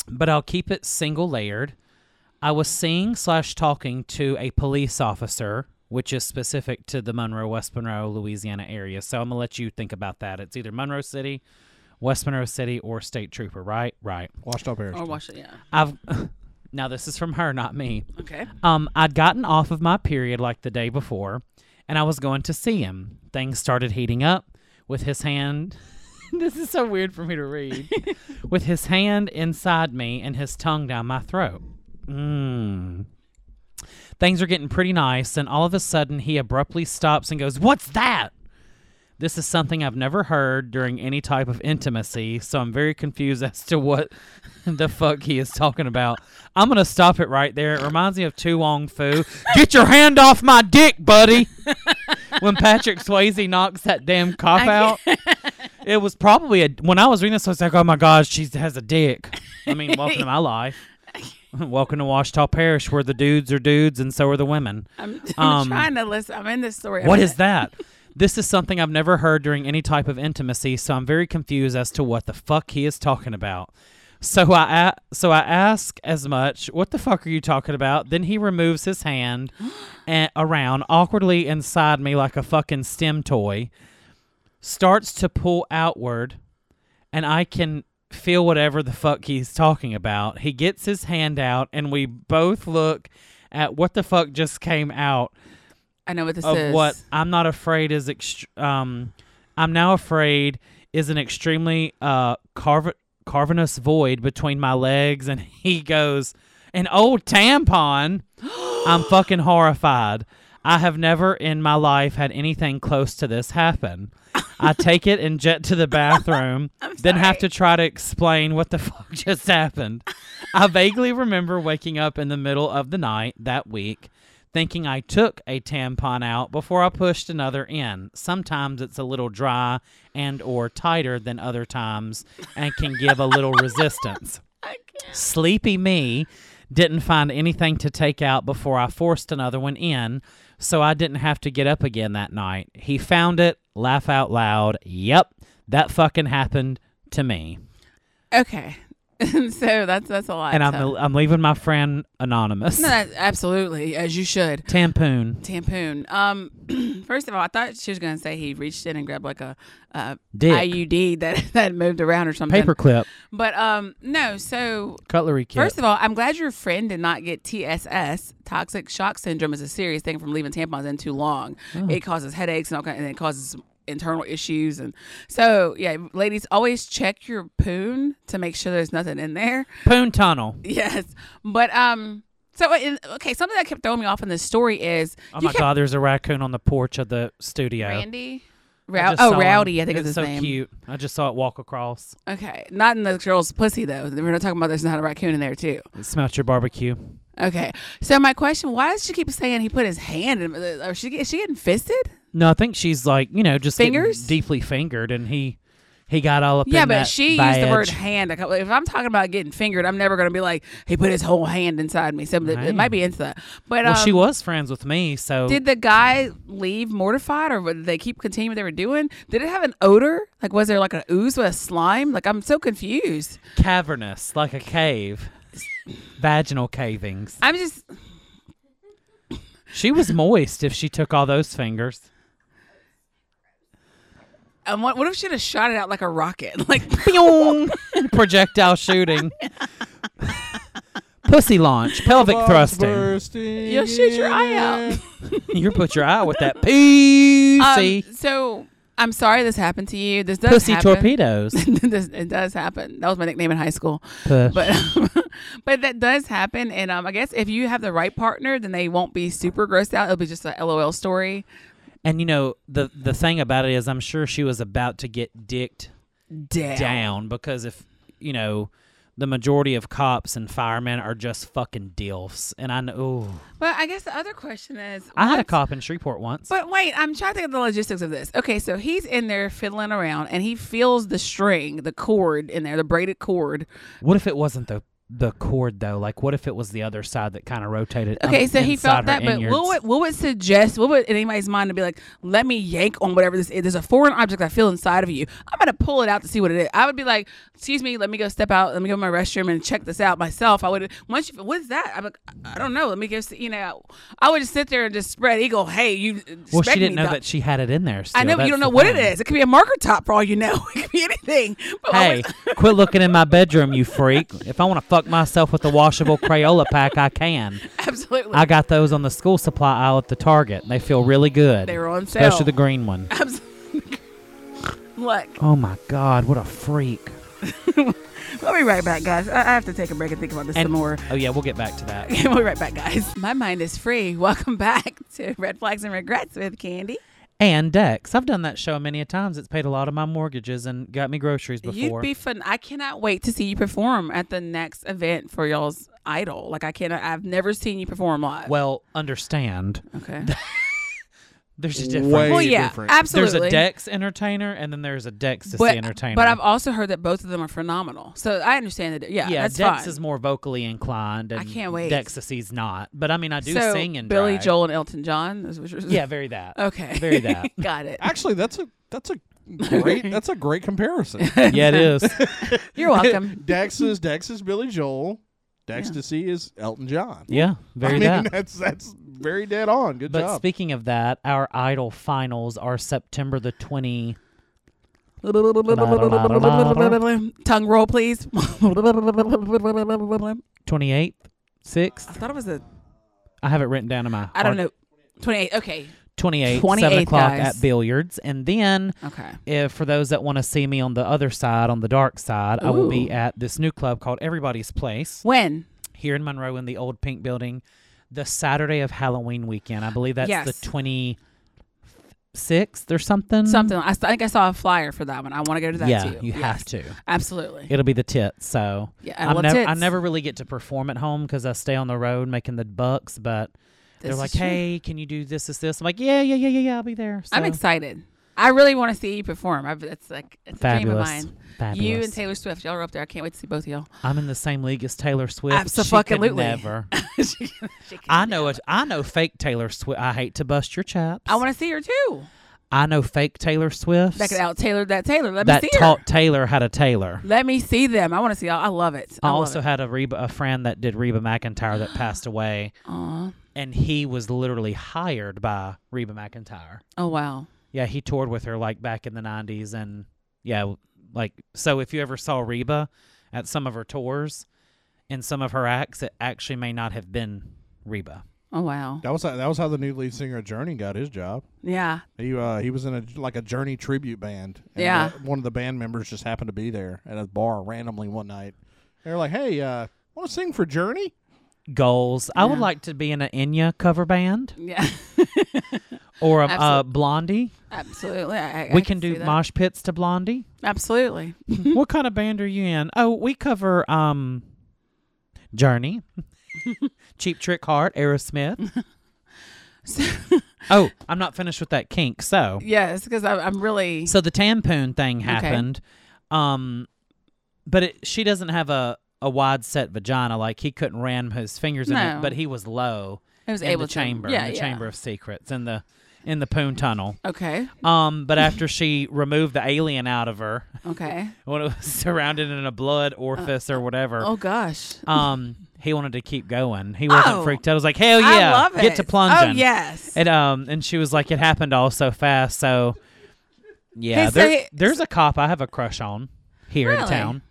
Speaker 7: but I'll keep it single layered. I was seeing slash talking to a police officer, which is specific to the Monroe, West Monroe, Louisiana area. So I'm gonna let you think about that. It's either Monroe City, West Monroe City, or State Trooper. Right, right.
Speaker 8: Washed up hair.
Speaker 6: Or wash it. Yeah.
Speaker 7: I've now this is from her, not me.
Speaker 6: Okay.
Speaker 7: Um, I'd gotten off of my period like the day before, and I was going to see him. Things started heating up with his hand. this is so weird for me to read. with his hand inside me and his tongue down my throat. Mm. Things are getting pretty nice, and all of a sudden, he abruptly stops and goes, What's that? This is something I've never heard during any type of intimacy, so I'm very confused as to what the fuck he is talking about. I'm gonna stop it right there. It reminds me of Tu Wong Fu. Get your hand off my dick, buddy. when Patrick Swayze knocks that damn cop out, it was probably a. When I was reading this, I was like, "Oh my god, she has a dick." I mean, welcome to my life. welcome to Washita Parish, where the dudes are dudes and so are the women.
Speaker 6: I'm, I'm
Speaker 7: Um,
Speaker 6: trying to listen. I'm in this story.
Speaker 7: What
Speaker 6: I'm
Speaker 7: is that? this is something I've never heard during any type of intimacy, so I'm very confused as to what the fuck he is talking about. So I a- so I ask as much, "What the fuck are you talking about?" Then he removes his hand and around awkwardly inside me like a fucking stem toy, starts to pull outward, and I can feel whatever the fuck he's talking about. He gets his hand out, and we both look at what the fuck just came out
Speaker 6: I know what this
Speaker 7: of
Speaker 6: is.
Speaker 7: what I'm not afraid is ext- um I'm now afraid is an extremely uh carv- carvinous void between my legs and he goes an old tampon I'm fucking horrified I have never in my life had anything close to this happen I take it and jet to the bathroom then have to try to explain what the fuck just happened I vaguely remember waking up in the middle of the night that week thinking I took a tampon out before I pushed another in. Sometimes it's a little dry and or tighter than other times and can give a little resistance. Sleepy me didn't find anything to take out before I forced another one in, so I didn't have to get up again that night. He found it, laugh out loud. Yep, that fucking happened to me.
Speaker 6: Okay, so that's that's a lot.
Speaker 7: And I'm,
Speaker 6: to-
Speaker 7: I'm leaving my friend anonymous.
Speaker 6: No, that- absolutely as you should.
Speaker 7: Tampoon.
Speaker 6: Tampoon. Um, first of all, I thought she was gonna say he reached in and grabbed like a, uh
Speaker 7: Dick.
Speaker 6: IUD that that moved around or something.
Speaker 7: Paperclip.
Speaker 6: But um, no. So
Speaker 7: Cutlery kit.
Speaker 6: First of all, I'm glad your friend did not get TSS. Toxic shock syndrome is a serious thing from leaving tampons in too long.
Speaker 7: Mm.
Speaker 6: It causes headaches and all kind, and it causes internal issues. And so, yeah, ladies, always check your poon to make sure there's nothing in there.
Speaker 7: Poon Tunnel.
Speaker 6: Yes, but um, so in, okay, something that kept throwing me off in this story is
Speaker 7: Oh
Speaker 6: you
Speaker 7: my
Speaker 6: kept-
Speaker 7: God, there's a raccoon on the porch of the studio.
Speaker 6: Randy.
Speaker 7: I
Speaker 6: Rou-
Speaker 7: just saw
Speaker 6: oh,
Speaker 7: him.
Speaker 6: Rowdy, I think
Speaker 7: it's
Speaker 6: is his
Speaker 7: so
Speaker 6: name.
Speaker 7: cute. I just saw it walk across.
Speaker 6: Okay, not in the girl's pussy though. We're not talking about there's not a raccoon in there too.
Speaker 7: It smelt your barbecue.
Speaker 6: Okay. So my question: Why does she keep saying he put his hand? in Or she is she getting fisted?
Speaker 7: No, I think she's like you know just getting
Speaker 6: Fingers?
Speaker 7: deeply fingered, and he he got all up.
Speaker 6: Yeah,
Speaker 7: in
Speaker 6: but
Speaker 7: that
Speaker 6: she used the word
Speaker 7: badge.
Speaker 6: hand. a couple- If I'm talking about getting fingered, I'm never gonna be like he put his whole hand inside me. So it- it
Speaker 7: Right.
Speaker 6: might be into that. But
Speaker 7: Well,
Speaker 6: um,
Speaker 7: she was friends with me, so
Speaker 6: Did the guy leave mortified, or did they keep continuing what they were doing? Did it have an odor? Like, was there like an ooze with a slime? Like, I'm so confused.
Speaker 7: cavernous like a cave, vaginal cavings.
Speaker 6: I'm just
Speaker 7: She was moist if she took all those fingers.
Speaker 6: Um, what, what if she'd have shot it out like a rocket? Like,
Speaker 7: Pew! projectile shooting, pussy launch, pelvic thrusting.
Speaker 8: Bursting
Speaker 6: you'll shoot your
Speaker 8: in
Speaker 6: eye
Speaker 8: air.
Speaker 6: out.
Speaker 7: You put your eye with that PC.
Speaker 6: Um, so I'm sorry this happened to you. This does
Speaker 7: Pussy
Speaker 6: happen.
Speaker 7: torpedoes.
Speaker 6: this, it does happen. That was my nickname in high school.
Speaker 7: Puss.
Speaker 6: But but that does happen. And um, I guess if you have the right partner, then they won't be super grossed out. It'll be just a LOL story.
Speaker 7: and you know the the thing about it is, I'm sure she was about to get dicked
Speaker 6: Damn.
Speaker 7: down because if you know the majority of cops and firemen are just fucking dilfs, and I know ooh,
Speaker 6: But I guess the other question is
Speaker 7: I had a
Speaker 6: once-
Speaker 7: cop in Shreveport once.
Speaker 6: But wait, I'm trying to think of the logistics of this. Okay, so he's in there fiddling around and he feels the string, the cord in there, the braided cord.
Speaker 7: What if it wasn't the the cord though? Like, what if it was the other side that kind of rotated? um,
Speaker 6: Okay, so he
Speaker 7: inside her
Speaker 6: felt that, but
Speaker 7: innards?
Speaker 6: what would, what would suggest, what would in anybody's mind to be like, let me yank on whatever this is? There's a foreign object I feel inside of you. I'm going to pull it out to see what it is. I would be like, excuse me, let me go step out. Let me go to my restroom and check this out myself. I would, once you, what is that? I'm like, I don't know. Let me go, see, you know, I would just sit there and just spread eagle. Hey, you,
Speaker 7: Well,
Speaker 6: expect
Speaker 7: she didn't
Speaker 6: me
Speaker 7: know
Speaker 6: to-"
Speaker 7: that she had it in there.
Speaker 6: I know,
Speaker 7: still.
Speaker 6: but you
Speaker 7: That's
Speaker 6: don't know
Speaker 7: the
Speaker 6: what it
Speaker 7: thing.
Speaker 6: is. It could be a marker top for all you know. It could be anything. But I
Speaker 7: Hey,
Speaker 6: was-
Speaker 7: quit looking in my bedroom, you freak. If I want to fuck myself with the washable Crayola pack, I can.
Speaker 6: absolutely.
Speaker 7: I got those on the school supply aisle at the Target. and They feel really good.
Speaker 6: They were on sale.
Speaker 7: Especially the green one.
Speaker 6: Look,
Speaker 7: Oh my God, what a freak.
Speaker 6: we'll be right back, guys. I I have to take a break and think about this some more.
Speaker 7: Oh, yeah, we'll get back to that.
Speaker 6: we'll be right back, guys. My mind is free. Welcome back to Red Flags and Regrets with Candy.
Speaker 7: And Dex. I've done that show many a times. It's paid a lot of my mortgages and got me groceries
Speaker 6: You'd
Speaker 7: before.
Speaker 6: be fun. I cannot wait to see you perform at the next event for y'all's idol. Like I cannot. I've never seen you perform live.
Speaker 7: well, understand.
Speaker 6: okay.
Speaker 7: There's a difference.
Speaker 8: Way
Speaker 6: Well, yeah,
Speaker 8: different.
Speaker 6: absolutely.
Speaker 7: There's a Dex entertainer, and then there's a Dex to
Speaker 6: but,
Speaker 7: see entertainer.
Speaker 6: But I've also heard that both of them are phenomenal. So I understand that. Yeah,
Speaker 7: yeah,
Speaker 6: that's
Speaker 7: Dex
Speaker 6: fine.
Speaker 7: is more vocally inclined, and
Speaker 6: I can't wait.
Speaker 7: Dexacy's not. But I mean, I do
Speaker 6: so
Speaker 7: sing and
Speaker 6: Billy
Speaker 7: drag.
Speaker 6: Joel and Elton John. Is what you're
Speaker 7: Yeah, very that.
Speaker 6: Okay.
Speaker 7: very that.
Speaker 6: Got it.
Speaker 8: Actually, that's a that's a great that's a great comparison.
Speaker 7: yeah, it is.
Speaker 6: You're welcome.
Speaker 8: Dex is Dex is Billy Joel. Dex to see is Elton John.
Speaker 7: Yeah,
Speaker 8: I
Speaker 7: very
Speaker 8: mean,
Speaker 7: that.
Speaker 8: that's that's very dead on. Good
Speaker 7: But
Speaker 8: job.
Speaker 7: speaking of that, our Idol finals are September the twenty
Speaker 6: Tongue roll, please.
Speaker 7: Twenty eighth,
Speaker 6: I
Speaker 7: sixth.
Speaker 6: thought it was a.
Speaker 7: I have it written down in my.
Speaker 6: I don't know. Twenty-eight. Okay.
Speaker 7: Twenty eighth,
Speaker 6: 28th,
Speaker 7: seven o'clock
Speaker 6: guys.
Speaker 7: at billiards, and then
Speaker 6: Okay.
Speaker 7: if for those that want to see me on the other side, on the dark side, I will be
Speaker 6: Ooh.
Speaker 7: at this new club called Everybody's Place
Speaker 6: When?
Speaker 7: here in Monroe in the old pink building, the Saturday of Halloween weekend. I believe that's
Speaker 6: Yes.
Speaker 7: the twenty sixth or something.
Speaker 6: Something. I, s- I think I saw a flyer for that one. I want to go to that
Speaker 7: yeah,
Speaker 6: too.
Speaker 7: you
Speaker 6: Yes.
Speaker 7: have to.
Speaker 6: Absolutely.
Speaker 7: It'll be the tits. So
Speaker 6: Yeah, I
Speaker 7: I'm
Speaker 6: love
Speaker 7: nev- I
Speaker 6: tits.
Speaker 7: never really get to perform at home because I stay on the road making the bucks. But they're
Speaker 6: This
Speaker 7: like,
Speaker 6: is true.
Speaker 7: "Hey, can you do this? This, this?" I'm like, "Yeah, yeah, yeah, yeah, yeah. I'll be there." So,
Speaker 6: I'm excited. I really want to see you perform. I've, it's like it's
Speaker 7: Fabulous.
Speaker 6: a dream of mine. You
Speaker 7: Fabulous.
Speaker 6: and Taylor Swift, y'all are up there. I can't wait to see both of y'all.
Speaker 7: I'm in the same league as Taylor Swift. She could
Speaker 6: Abso-fucking-lutely.
Speaker 7: Never.
Speaker 6: She can- she can
Speaker 7: I
Speaker 6: do
Speaker 7: know
Speaker 6: it.
Speaker 7: it. I know fake Taylor Swift. I hate to bust your chops.
Speaker 6: I want to see her too.
Speaker 7: I know fake Taylor Swift.
Speaker 6: That could out Taylor that Taylor. Let
Speaker 7: that
Speaker 6: me see
Speaker 7: taught
Speaker 6: her.
Speaker 7: Taylor how to tailor.
Speaker 6: Let me see them. I want to see y'all. I love it. I
Speaker 7: I
Speaker 6: love
Speaker 7: also
Speaker 6: it.
Speaker 7: had a Reba, a friend that did Reba McIntyre that passed away,
Speaker 6: Aw.
Speaker 7: and he was literally hired by Reba McIntyre.
Speaker 6: Oh wow.
Speaker 7: Yeah, he toured with her like back in the '90s, and yeah, like so. If you ever saw Reba at some of her tours and some of her acts, it actually may not have been Reba.
Speaker 6: Oh wow.
Speaker 8: That was how, that was how the new lead singer of Journey got his job.
Speaker 6: Yeah.
Speaker 8: He uh, he was in a like a Journey tribute band. And
Speaker 6: Yeah.
Speaker 8: uh, one of the band members just happened to be there at a bar randomly one night. They were like, "Hey, uh, want to sing for Journey?"
Speaker 7: Goals. I would like to be in an Enya cover band
Speaker 6: Yeah.
Speaker 7: or a, uh
Speaker 6: Absolute-
Speaker 7: Blondie.
Speaker 6: Absolutely. I, I- I
Speaker 7: we can do
Speaker 6: see that.
Speaker 7: mosh pits to Blondie.
Speaker 6: Absolutely.
Speaker 7: what kind of band are you in? Oh, we cover um Journey, Cheap Trick Heart, Aerosmith. oh, I'm not finished with that kink. So,
Speaker 6: Yes, because I'm really.
Speaker 7: so the tampoon thing happened. Um but it, she doesn't have a a wide set vagina like he couldn't ram his fingers in
Speaker 6: No.
Speaker 7: it, but he was low
Speaker 6: He was
Speaker 7: in
Speaker 6: able
Speaker 7: the
Speaker 6: to-
Speaker 7: chamber,
Speaker 6: yeah,
Speaker 7: in the
Speaker 6: yeah.
Speaker 7: chamber of secrets in the in the poon tunnel.
Speaker 6: Okay.
Speaker 7: Um but after she removed the alien out of her
Speaker 6: Okay.
Speaker 7: when it was surrounded in a blood orifice or whatever.
Speaker 6: Oh gosh.
Speaker 7: Um, he wanted to keep going. He wasn't
Speaker 6: Oh.
Speaker 7: freaked out. I was like, hell yeah,
Speaker 6: I love it.
Speaker 7: get to plunging.
Speaker 6: Oh yes.
Speaker 7: And um, and she was like, it happened all so fast. So
Speaker 6: Hey,
Speaker 7: yeah,
Speaker 6: so
Speaker 7: there-
Speaker 6: he-
Speaker 7: there's a cop I have a crush on here in
Speaker 6: Really?
Speaker 7: town.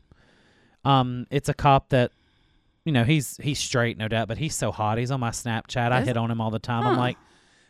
Speaker 7: Um, it's a cop that. You know he's he's straight, no doubt, but he's so hot. He's on my Snapchat. I
Speaker 6: Is-
Speaker 7: hit on him all the time. I'm like,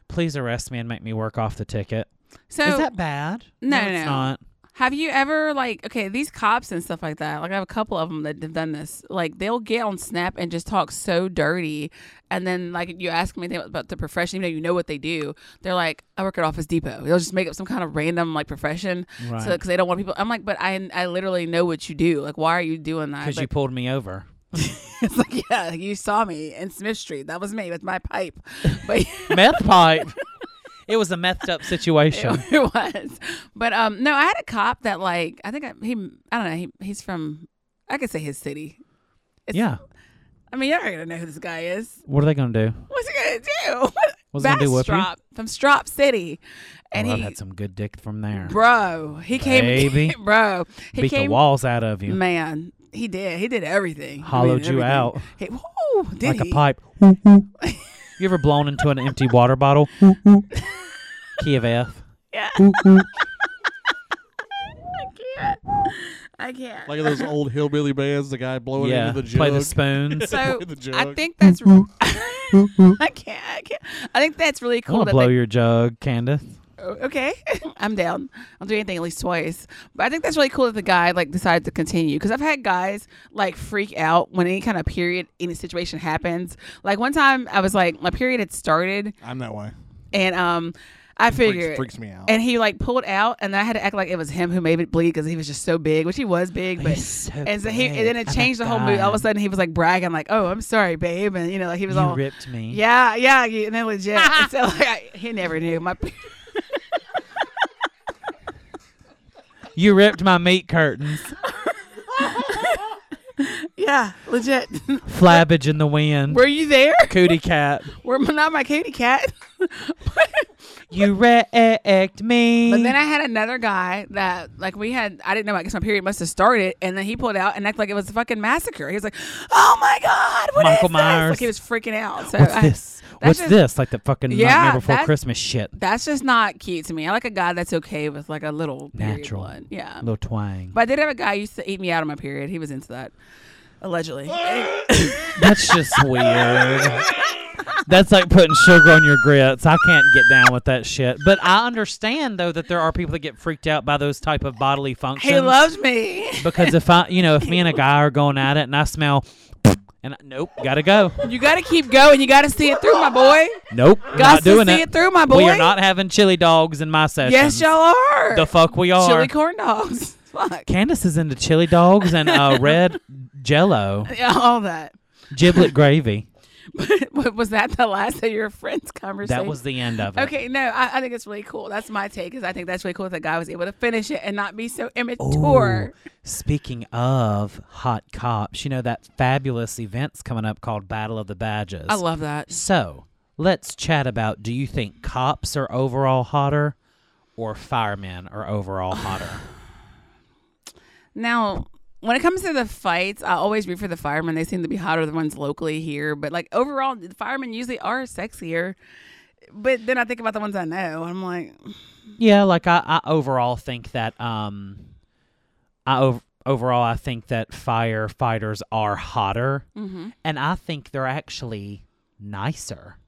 Speaker 7: please arrest me and make me work off the ticket.
Speaker 6: so
Speaker 7: Is that bad?
Speaker 6: No, no.
Speaker 7: it's not.
Speaker 6: Have you ever like okay these cops and stuff like that? Like I have a couple of them that have done this. Like they'll get on Snap and just talk so dirty, and then like you ask me anything about the profession, even though you know what they do, they're like, "I work at Office Depot." They'll just make up some kind of random like profession, because
Speaker 7: Right.
Speaker 6: they don't want people. I'm like, but I I literally know what you do. Like, why are you doing that?
Speaker 7: Because you
Speaker 6: Like,
Speaker 7: pulled me over.
Speaker 6: it's like, yeah, you saw me in Smith Street. That was me with my pipe, but.
Speaker 7: meth pipe. It was a methed up situation.
Speaker 6: It was. But um, no, I had a cop that like I think I, he I don't know he he's from I could say his city. It's,
Speaker 7: yeah.
Speaker 6: I mean, you're gonna know who this guy is.
Speaker 7: What are they gonna do?
Speaker 6: What's he gonna do?
Speaker 7: What's he gonna do, whip you?
Speaker 6: Bastrop from Strop City, and
Speaker 7: oh, I've
Speaker 6: he,
Speaker 7: had some good dick from there.
Speaker 6: bro, he came,
Speaker 7: Baby.
Speaker 6: bro, he
Speaker 7: Beat
Speaker 6: came,
Speaker 7: the walls out of you
Speaker 6: man. He did. He did everything. I mean,
Speaker 7: Hollowed you
Speaker 6: everything.
Speaker 7: out.
Speaker 6: He, woo, did
Speaker 7: like a
Speaker 6: he?
Speaker 7: pipe. you ever blown into an empty water bottle? Key of F.
Speaker 6: I can't.
Speaker 8: Like those old hillbilly bands, the guy blowing
Speaker 7: yeah.
Speaker 8: into the jug.
Speaker 7: Play the spoons.
Speaker 6: so
Speaker 8: Play the
Speaker 6: I
Speaker 8: jug.
Speaker 6: think that's. I can't. I can't. I think that's really
Speaker 7: I
Speaker 6: cool.
Speaker 7: want
Speaker 6: that
Speaker 7: to blow
Speaker 6: they-
Speaker 7: your jug, Candace.
Speaker 6: Oh, okay i'm down i'll do anything at least twice but i think that's really cool that the guy like decided to continue because i've had guys like freak out when any kind of period any situation happens like one time i was like my period had started
Speaker 8: I'm that way.
Speaker 6: and um i figured
Speaker 8: freaks me out.
Speaker 6: and he like pulled out and i had to act like it was him who made it bleed because he was just so big which he was big but
Speaker 7: He's so
Speaker 6: and so he
Speaker 7: big.
Speaker 6: and then it
Speaker 7: Oh my
Speaker 6: changed the whole mood all of a
Speaker 7: God.
Speaker 6: sudden he was like bragging like oh i'm sorry babe and you know like he was
Speaker 7: You
Speaker 6: all
Speaker 7: ripped me.
Speaker 6: yeah yeah you- and then legit and so like I, he never knew my period
Speaker 7: You ripped my meat curtains.
Speaker 6: Yeah, legit.
Speaker 7: Flabbage in the wind.
Speaker 6: Were you there?
Speaker 7: Cootie cat.
Speaker 6: Were my- not my kitty cat?
Speaker 7: You wrecked me.
Speaker 6: But then I had another guy that, like, we had, I didn't know, I guess my period must have started. And then he pulled out and acted like it was a fucking massacre. He was like, oh my God, what is
Speaker 7: Michael
Speaker 6: this?"
Speaker 7: Myers.
Speaker 6: Like, he was freaking out. So
Speaker 7: What's
Speaker 6: I-
Speaker 7: this?
Speaker 6: that's
Speaker 7: What's
Speaker 6: just-
Speaker 7: this? Like the fucking
Speaker 6: Yeah,
Speaker 7: Nightmare Before
Speaker 6: that-
Speaker 7: Christmas shit.
Speaker 6: That's just not cute to me. I like a guy that's okay with, like, a little period
Speaker 7: Natural.
Speaker 6: blood. Yeah.
Speaker 7: Little twang.
Speaker 6: But I did have a guy who used to eat me out on my period. He was into that, allegedly.
Speaker 7: That's just weird. That's like putting sugar on your grits. I can't get down with that shit. But I understand though that there are people that get freaked out by those type of bodily functions.
Speaker 6: he loves me.
Speaker 7: because if I, you know, if me and a guy are going at it and I smell, and I, nope, gotta go.
Speaker 6: You got to keep going. You got to see it through, my boy.
Speaker 7: Nope,
Speaker 6: Got
Speaker 7: not
Speaker 6: to
Speaker 7: doing
Speaker 6: see it through, my boy.
Speaker 7: We are not having chili dogs in my session.
Speaker 6: Yes, y'all are.
Speaker 7: The fuck we are.
Speaker 6: Chili corn dogs. Fuck.
Speaker 7: Candace is into chili dogs and uh, red jello,
Speaker 6: Yeah, all that.
Speaker 7: giblet gravy.
Speaker 6: But was that the last of your friend's conversation?
Speaker 7: That was the end of it.
Speaker 6: Okay, no, I, I think it's really cool. That's my take, because I think that's really cool that the guy was able to finish it and not be so immature.
Speaker 7: Ooh, Speaking of hot cops, you know that fabulous event's coming up called Battle of the Badges.
Speaker 6: I love that.
Speaker 7: So let's chat about: Do you think cops are overall hotter, or firemen are overall hotter?
Speaker 6: Now, when it comes to the fights, I always root for the firemen. They seem to be hotter than ones locally here, but like overall, the firemen usually are sexier. But then I think about the ones I know, and I'm like, oh,
Speaker 7: yeah, like I, I overall think that um, I ov- overall I think that firefighters are hotter,
Speaker 6: Mm-hmm.
Speaker 7: and I think they're actually nicer.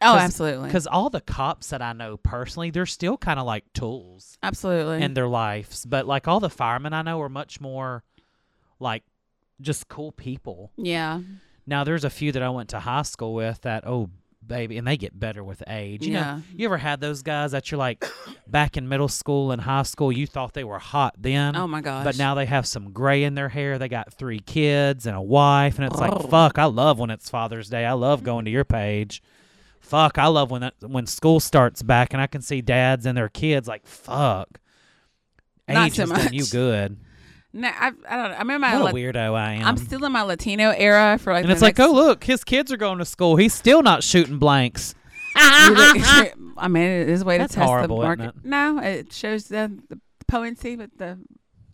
Speaker 6: oh, absolutely,
Speaker 7: Because all the cops that I know personally, they're still kind of like tools.
Speaker 6: absolutely,
Speaker 7: and their lives. But like all the firemen I know are much more like just cool people.
Speaker 6: yeah,
Speaker 7: um, Now there's a few that I went to high school with that oh baby and they get better with age. You
Speaker 6: Yeah.
Speaker 7: know, you ever had those guys that you're like back in middle school and high school you thought they were hot then.
Speaker 6: Oh my gosh.
Speaker 7: But now they have some gray in their hair. They got three kids and a wife and it's
Speaker 6: Oh.
Speaker 7: like fuck, I love when it's Father's Day. I
Speaker 6: Mm-hmm.
Speaker 7: love going to your page. Fuck, I love when that, when school starts back and I can see dads and their kids like fuck.
Speaker 6: Not
Speaker 7: Age
Speaker 6: so
Speaker 7: has done you
Speaker 6: much.
Speaker 7: good.
Speaker 6: no, I, I don't know. I remember my
Speaker 7: What
Speaker 6: La-
Speaker 7: a weirdo I am.
Speaker 6: I'm still in my Latino era for like,
Speaker 7: and
Speaker 6: the
Speaker 7: it's like,
Speaker 6: next-
Speaker 7: oh look, his kids are going to school. He's still not shooting blanks.
Speaker 6: I mean, it is a way
Speaker 7: oh, That's
Speaker 6: to test
Speaker 7: horrible,
Speaker 6: the
Speaker 7: isn't
Speaker 6: market.
Speaker 7: it?
Speaker 6: No, it shows the, the potency, but the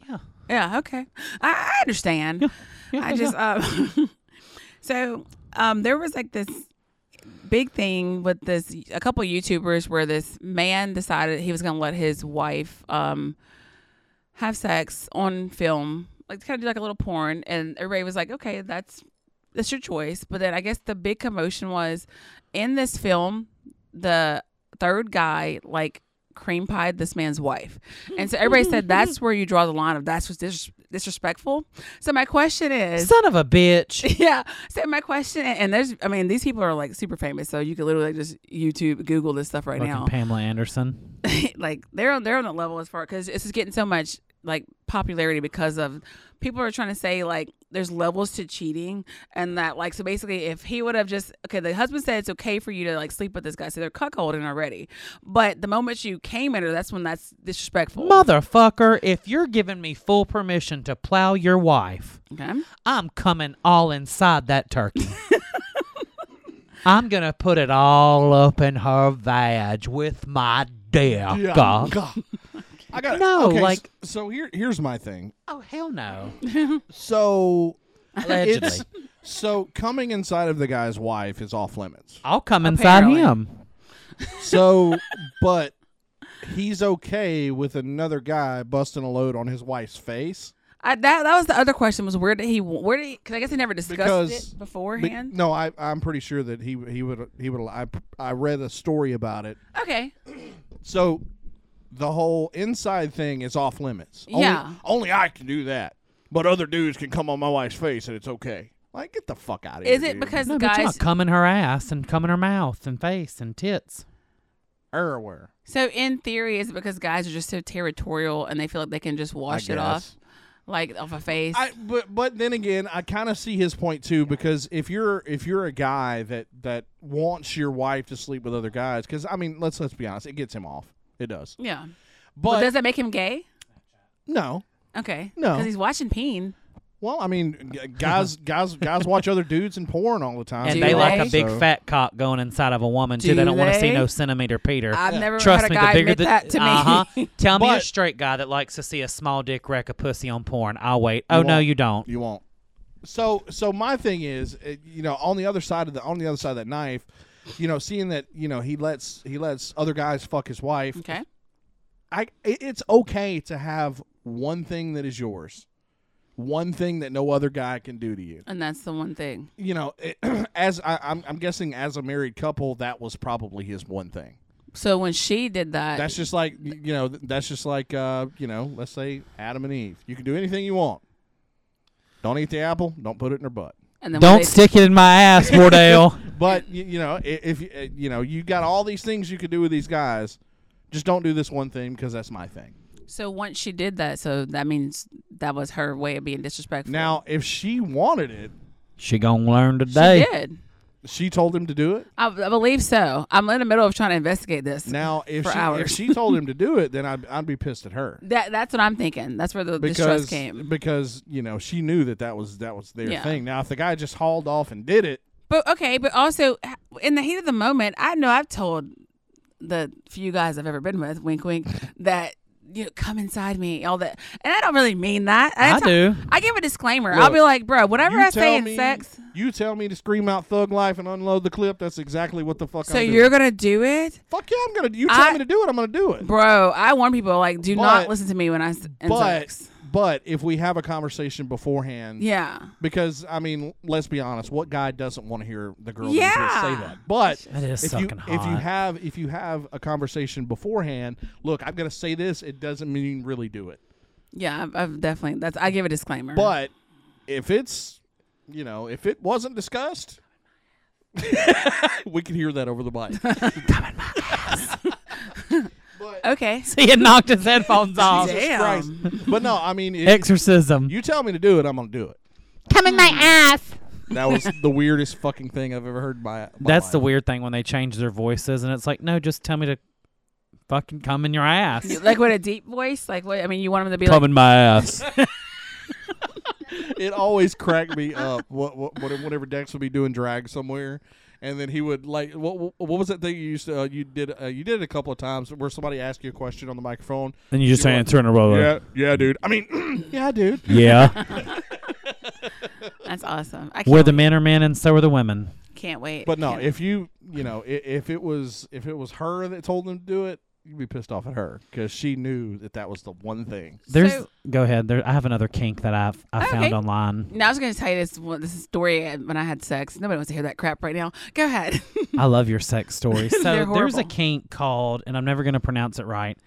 Speaker 7: Yeah.
Speaker 6: yeah, okay, I, I understand. I just um, so um, there was like this big thing with this a couple YouTubers where this man decided he was gonna let his wife um have sex on film, like kind of do like a little porn, and everybody was like, okay, that's that's your choice. But then I guess the big commotion was in this film, the third guy like cream pied this man's wife, and so everybody said that's where you draw the line of that's what's dis- disrespectful. So my question is.
Speaker 7: Son of a bitch.
Speaker 6: yeah. So my question, and there's, I mean, these people are like super famous, so you could literally just YouTube, Google this stuff right now
Speaker 7: Fucking Pamela Anderson.
Speaker 6: like they're on they're on a level as far because this is getting so much like popularity because of people are trying to say like there's levels to cheating and that like so basically if he would have just okay the husband said it's okay for you to like sleep with this guy so they're cuckolding already but the moment you came in her that's when that's disrespectful
Speaker 7: Motherfucker, if you're giving me full permission to plow your wife,
Speaker 6: okay
Speaker 7: I'm coming all inside that turkey. I'm gonna put it all up in her vag with my dick.
Speaker 8: Yeah. God. I got
Speaker 7: No,
Speaker 8: okay, s-
Speaker 7: like-
Speaker 8: so here here's my thing.
Speaker 7: Oh hell no.
Speaker 8: So
Speaker 7: Allegedly.
Speaker 8: it's so coming inside of the guy's wife is off limits.
Speaker 7: I'll come inside
Speaker 6: Apparently.
Speaker 7: him.
Speaker 8: So but he's okay with another guy busting a load on his wife's face.
Speaker 6: I, that that was the other question was where did he where did he because I guess he never discussed
Speaker 8: Because-
Speaker 6: it
Speaker 8: Be-
Speaker 6: beforehand
Speaker 8: no, I I'm pretty sure that he he would he would I, I read a story about it.
Speaker 6: okay
Speaker 8: So the whole inside thing is off limits. Only-
Speaker 6: Yeah.
Speaker 8: Only, I can do that. But other dudes can come on my wife's face and it's okay. Like get the fuck out of here.
Speaker 6: is it
Speaker 8: dude.
Speaker 6: because
Speaker 7: No, but y'all
Speaker 6: guys
Speaker 7: come in her ass and come in her mouth and face and tits.
Speaker 8: everywhere?
Speaker 6: So in theory, is it because guys are just so territorial and they feel like they can just wash it off, like off a face?
Speaker 8: I but but then again, I kind of see his point too because if you're if you're a guy that that wants your wife to sleep with other guys cuz I mean, let's let's be honest, it gets him off. It does.
Speaker 6: yeah.
Speaker 8: But
Speaker 6: Well, does that make him gay?
Speaker 8: no.
Speaker 6: Okay.
Speaker 8: No.
Speaker 6: Because he's watching peen.
Speaker 8: Well, I mean, g- guys, guys, guys watch other dudes in porn all the time,
Speaker 7: And
Speaker 6: Do
Speaker 7: they, like a
Speaker 6: they?
Speaker 7: big
Speaker 8: So-
Speaker 7: fat cock going inside of a woman too.
Speaker 6: Do
Speaker 7: They don't want to see
Speaker 6: they?
Speaker 7: no centimeter Peter.
Speaker 6: I've never
Speaker 7: Trust
Speaker 6: had a
Speaker 7: me,
Speaker 6: guy
Speaker 7: the bigger
Speaker 6: admit
Speaker 7: the
Speaker 6: that to me.
Speaker 7: uh-huh. Tell me a
Speaker 8: But-
Speaker 7: straight guy that likes to see a small dick wreck of pussy on porn. I'll wait. Oh no,
Speaker 8: won't.
Speaker 7: you don't.
Speaker 8: You won't. So so my thing is, it, you know, on the other side of the on the other side of that knife, you know, seeing that you know he lets he lets other guys fuck his wife.
Speaker 6: Okay.
Speaker 8: I it, it's okay to have one thing that is yours, one thing that no other guy can do to you.
Speaker 6: And that's the one thing.
Speaker 8: You know, it, as I, I'm I'm guessing as a married couple, that was probably his one thing.
Speaker 6: So when she did that,
Speaker 8: That's just like you know. That's just like uh, you know. Let's say Adam and Eve. You can do anything you want. Don't eat the apple. Don't put it in her butt.
Speaker 6: and then when
Speaker 7: Don't
Speaker 6: they-
Speaker 7: stick it in my ass, Wardale.
Speaker 8: But you, you know, i- if you- uh, you know, you got all these things you could do with these guys. Just don't do this one thing because that's my thing.
Speaker 6: So once she did that, so that means that was her way of being disrespectful.
Speaker 8: Now, if she wanted it,
Speaker 7: she gonna learn
Speaker 6: she
Speaker 7: today.
Speaker 6: did.
Speaker 8: she told him to do it.
Speaker 6: I, I believe so. I'm in the middle of trying to investigate this.
Speaker 8: Now, if
Speaker 6: For
Speaker 8: she, if
Speaker 6: hours.
Speaker 8: she told him to do it, then I'd, I'd be pissed at her
Speaker 6: that that's what I'm thinking. That's where the
Speaker 8: because
Speaker 6: distrust came.
Speaker 8: because you know she knew that that was that was their
Speaker 6: Yeah.
Speaker 8: thing. Now, if the guy just hauled off and did it,
Speaker 6: But okay, but also in the heat of the moment, I know I've told the few guys I've ever been with, wink wink, that you know, come inside me, all that, and I don't really mean that.
Speaker 7: I do.
Speaker 6: I give a disclaimer. I'll be like, bro, whatever
Speaker 8: You
Speaker 6: I
Speaker 8: tell
Speaker 6: say in
Speaker 8: me-
Speaker 6: sex,
Speaker 8: You tell me to scream out "Thug Life" and unload the clip. That's exactly what the fuck.
Speaker 6: so
Speaker 8: I'm doing.
Speaker 6: you're gonna do it,
Speaker 8: fuck yeah. I'm gonna. You tell
Speaker 6: I-
Speaker 8: me to do it. I'm gonna do it.
Speaker 6: bro. I warn people like, do not
Speaker 8: But-
Speaker 6: listen to me when I s- in
Speaker 8: But
Speaker 6: sex.
Speaker 8: but if we have a conversation beforehand,
Speaker 6: Yeah,
Speaker 8: Because I mean, let's be honest. What guy doesn't want to hear the girl
Speaker 6: Yeah.
Speaker 8: that's gonna say that? But
Speaker 7: That is
Speaker 8: if you
Speaker 7: sucking
Speaker 8: if you
Speaker 7: hot.
Speaker 8: have if you have a conversation beforehand, look, I'm gonna say this. It doesn't mean really do it.
Speaker 6: yeah, I've, I've definitely that's. I give a disclaimer.
Speaker 7: Mm.
Speaker 8: But if it's you know if it wasn't discussed, we could hear that over the mic.
Speaker 6: okay,
Speaker 7: He had knocked his headphones off.
Speaker 6: Jesus.
Speaker 8: Jesus Christ. But no, I mean, it,
Speaker 7: Exorcism.
Speaker 8: you tell me to do it, I'm gonna do it.
Speaker 4: Come in my
Speaker 6: Hmm.
Speaker 4: ass.
Speaker 8: That was the weirdest fucking thing I've ever heard. By my
Speaker 7: That's the
Speaker 8: life.
Speaker 7: weird thing when they change their voices, and it's like, no, just tell me to fucking come in your ass.
Speaker 6: like with a deep voice, like what? I mean, you want them to be
Speaker 7: Come
Speaker 6: like,
Speaker 7: in my ass.
Speaker 8: it always cracked me up. What, what, what whenever Dex would be doing drag somewhere, and then he would like what what what was that thing you used to uh, you did uh, you did it a couple of times where somebody asked you a question on the microphone.
Speaker 7: and you just
Speaker 8: You want-
Speaker 7: answer in a row.
Speaker 8: Yeah, yeah, dude. I mean, yeah, dude.
Speaker 7: Yeah.
Speaker 6: that's awesome. I can't,
Speaker 7: Where the men are men, and so are the women.
Speaker 6: can't wait.
Speaker 8: But no,
Speaker 6: Can't-
Speaker 8: if you you know i- if it was if it was her that told him to do it, you'd be pissed off at her because she knew that that was the one thing.
Speaker 7: There's
Speaker 6: So- Oh,
Speaker 7: go ahead. There, I have another kink that I've I found
Speaker 6: Okay.
Speaker 7: online.
Speaker 6: Now I was going to tell you this one- this story when I had sex. Nobody wants to hear that crap right now. Go ahead.
Speaker 7: I love your sex stories.
Speaker 6: They're
Speaker 7: So there's a
Speaker 6: horrible.
Speaker 7: kink called, and I'm never going to pronounce it right,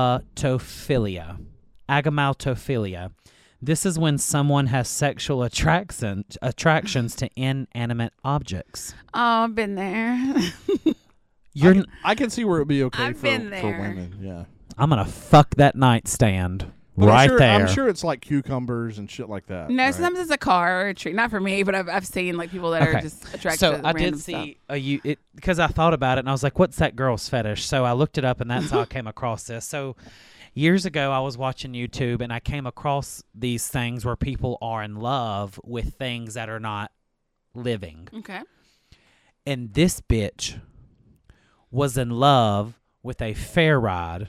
Speaker 7: agomatophilia. Agomatophilia. This is when someone has sexual attraction attractions to inanimate objects.
Speaker 6: oh, I've been there.
Speaker 7: You're. n-
Speaker 8: I can see where it'd be okay
Speaker 6: I've
Speaker 8: for,
Speaker 6: been
Speaker 8: for
Speaker 6: there.
Speaker 8: women. Yeah.
Speaker 7: I'm gonna fuck that nightstand
Speaker 8: But
Speaker 7: right
Speaker 8: I'm sure,
Speaker 7: there.
Speaker 8: I'm sure it's like cucumbers and shit like that.
Speaker 6: no,
Speaker 8: right?
Speaker 6: sometimes it's a car or a tree. Not for me, but I've, I've seen like people that are
Speaker 7: Okay.
Speaker 6: just attracted
Speaker 7: so
Speaker 6: to
Speaker 7: I
Speaker 6: random
Speaker 7: did
Speaker 6: stuff.
Speaker 7: see a you it because I thought about it and I was like, "What's that girl's fetish?" So I looked it up, and that's how I came across this. So years ago, I was watching YouTube and I came across these things where people are in love with things that are not living,
Speaker 6: Okay.
Speaker 7: and this bitch was in love with a fair ride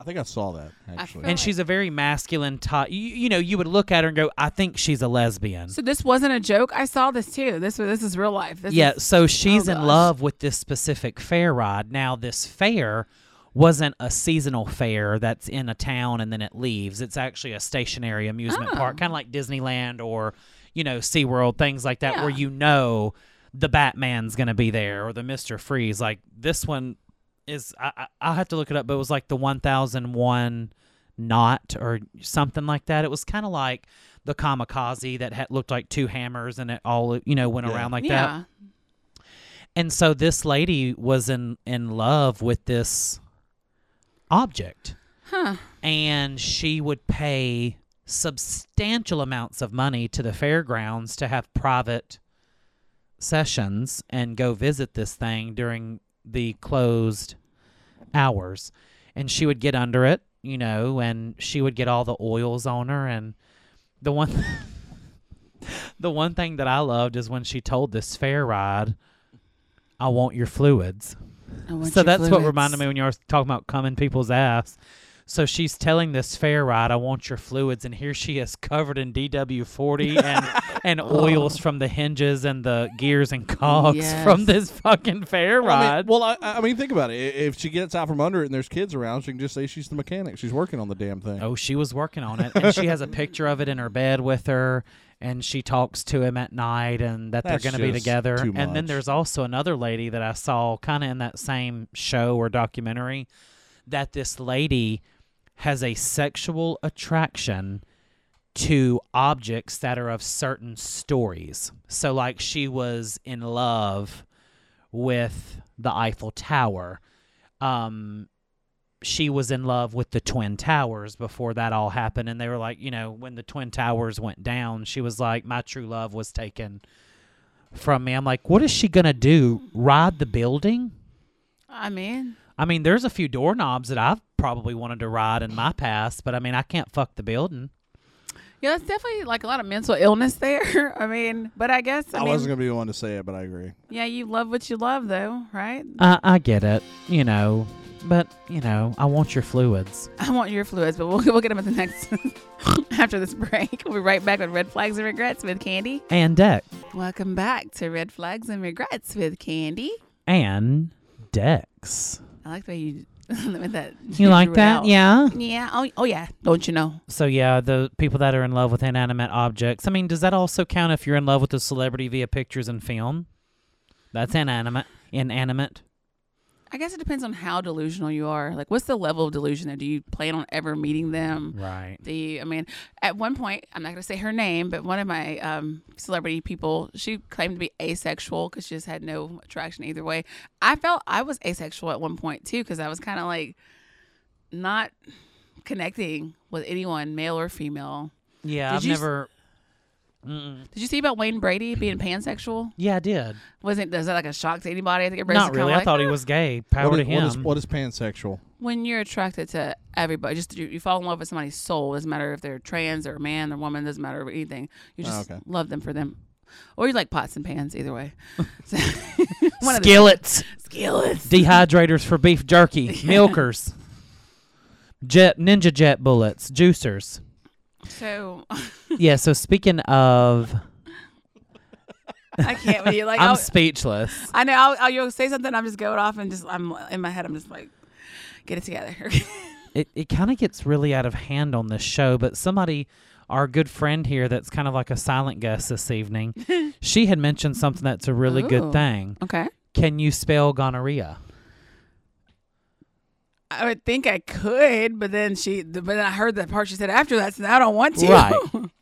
Speaker 8: I think I saw that actually.
Speaker 6: feel-
Speaker 7: and she's a very masculine type you, you know you would look at her and go i think she's a lesbian
Speaker 6: So this wasn't a joke. I saw this too. This was this is real life. This
Speaker 7: yeah,
Speaker 6: is-
Speaker 7: so she's
Speaker 6: oh,
Speaker 7: in
Speaker 6: gosh.
Speaker 7: love with this specific fair ride. Now, this fair wasn't a seasonal fair that's in a town and then it leaves. It's actually a stationary amusement
Speaker 6: Oh.
Speaker 7: park, kind of like Disneyland or, you know, SeaWorld, things like that, where
Speaker 6: Yeah.
Speaker 7: you know the Batman's going to be there or the Mr. Freeze. Like this one is, I, I, I'll have to look it up, but it was like the 1001 knot or something like that. It was kind of like the kamikaze that had looked like two hammers and it all, you know, went around like that.
Speaker 6: yeah.
Speaker 7: And so this lady was in in love with this object. And she would pay substantial amounts of money to the fairgrounds to have private sessions and go visit this thing during the closed hours. And she would get under it you know, and she would get all the oils on her and the one the one thing that I loved is when she told this fair ride, I want your fluids.
Speaker 6: I want
Speaker 7: So
Speaker 6: your
Speaker 7: that's what
Speaker 6: fluids.
Speaker 7: reminded me when you were talking about coming people's ass. So she's telling this fair ride, I want your fluids, and here she is covered in DW forty and and
Speaker 6: Oh.
Speaker 7: oils from the hinges and the gears and cogs from
Speaker 6: Yes.
Speaker 7: this fucking fair
Speaker 8: I mean,
Speaker 7: ride.
Speaker 8: well, I, I mean, think about it. I- If she gets out from under it and there's kids around, she can just say she's the mechanic. She's working on the damn thing.
Speaker 7: Oh, she was working on it, and she has a picture of it in her bed with her, and she talks to him at night, and that
Speaker 8: That's
Speaker 7: they're going to be
Speaker 8: just
Speaker 7: together.
Speaker 8: too
Speaker 7: And then
Speaker 8: much.
Speaker 7: there's also another lady that I saw kind of in that same show or documentary that this lady has a sexual attraction to objects that are of certain stories. So, like, she was in love with the Eiffel Tower. Um, she was in love with the Twin Towers before that all happened. And they were like, you know, when the Twin Towers went down, she was like, my true love was taken from me. I'm like, what is she going to do? Ride the building?
Speaker 6: I mean,
Speaker 7: I mean, there's a few doorknobs that I've probably wanted to ride in my past, but I mean, I can't fuck the building.
Speaker 6: yeah, that's definitely like a lot of mental illness there. I mean, but I guess I,
Speaker 8: I
Speaker 6: mean,
Speaker 8: wasn't gonna be the one to say it, but I agree.
Speaker 6: yeah, you love what you love, though, right?
Speaker 7: I, I get it, you know, but, you know, I want your fluids.
Speaker 6: I want your fluids, but we'll, we'll get them at the next after this break. We'll be right back with red flags and regrets with Candy.
Speaker 7: And deck.
Speaker 6: Welcome back to Red Flags and Regrets with Candy.
Speaker 7: And decks.
Speaker 6: I like the way you with that.
Speaker 7: You like
Speaker 6: drew it
Speaker 7: that?
Speaker 6: out.
Speaker 7: Yeah.
Speaker 6: Yeah. Oh, oh yeah. Don't you know?
Speaker 7: So yeah, the people that are in love with inanimate objects. I mean, does that also count if you're in love with a celebrity via pictures and film? That's inanimate. Inanimate.
Speaker 6: I guess it depends on how delusional you are. Like, what's the level of delusion? There? Do you plan on ever meeting them?
Speaker 7: Right.
Speaker 6: Do you? I mean, at one point, I'm not gonna say her name, but one of my um, celebrity people, she claimed to be asexual because she just had no attraction either way. I felt I was asexual at one point too because I was kind of like not connecting with anyone, male or female.
Speaker 7: Yeah,
Speaker 6: Did
Speaker 7: I've
Speaker 6: you s-
Speaker 7: never.
Speaker 6: Did you see about Wayne Brady being pansexual?
Speaker 7: Yeah, I did.
Speaker 6: Wasn't was that like a shock to anybody? I think everybody's
Speaker 7: Not
Speaker 6: kinda
Speaker 7: really. I
Speaker 6: Like,
Speaker 7: thought he was gay. Power
Speaker 8: What
Speaker 7: to
Speaker 8: is, what
Speaker 7: him.
Speaker 8: is what is pansexual?
Speaker 6: when you're attracted to everybody, just you, you fall in love with somebody's soul. Doesn't matter if they're trans or man or woman. Doesn't matter anything.
Speaker 7: Oh,
Speaker 6: You just
Speaker 8: okay.
Speaker 6: love them for them, or you like pots and pans. Either way, so, one of the-
Speaker 7: Skillets,
Speaker 6: skillets.
Speaker 7: dehydrators for beef jerky, milkers, jet ninja jet bullets, juicers.
Speaker 6: So
Speaker 7: Yeah. So speaking of,
Speaker 6: I can't be like
Speaker 7: I'm
Speaker 6: I'll,
Speaker 7: speechless.
Speaker 6: I know I'll, I'll you'll say something. I'm just going off and just I'm in my head. I'm just like get it together.
Speaker 7: it, it kind of gets really out of hand on this show, but somebody, our good friend here, that's kind of like a silent guest this evening, she had mentioned something that's a really good
Speaker 6: Ooh.
Speaker 7: thing.
Speaker 6: okay.
Speaker 7: Can you spell gonorrhea?
Speaker 6: I would think I could, but then she, but then I heard that part she said after that, so now I don't want to.
Speaker 7: Right.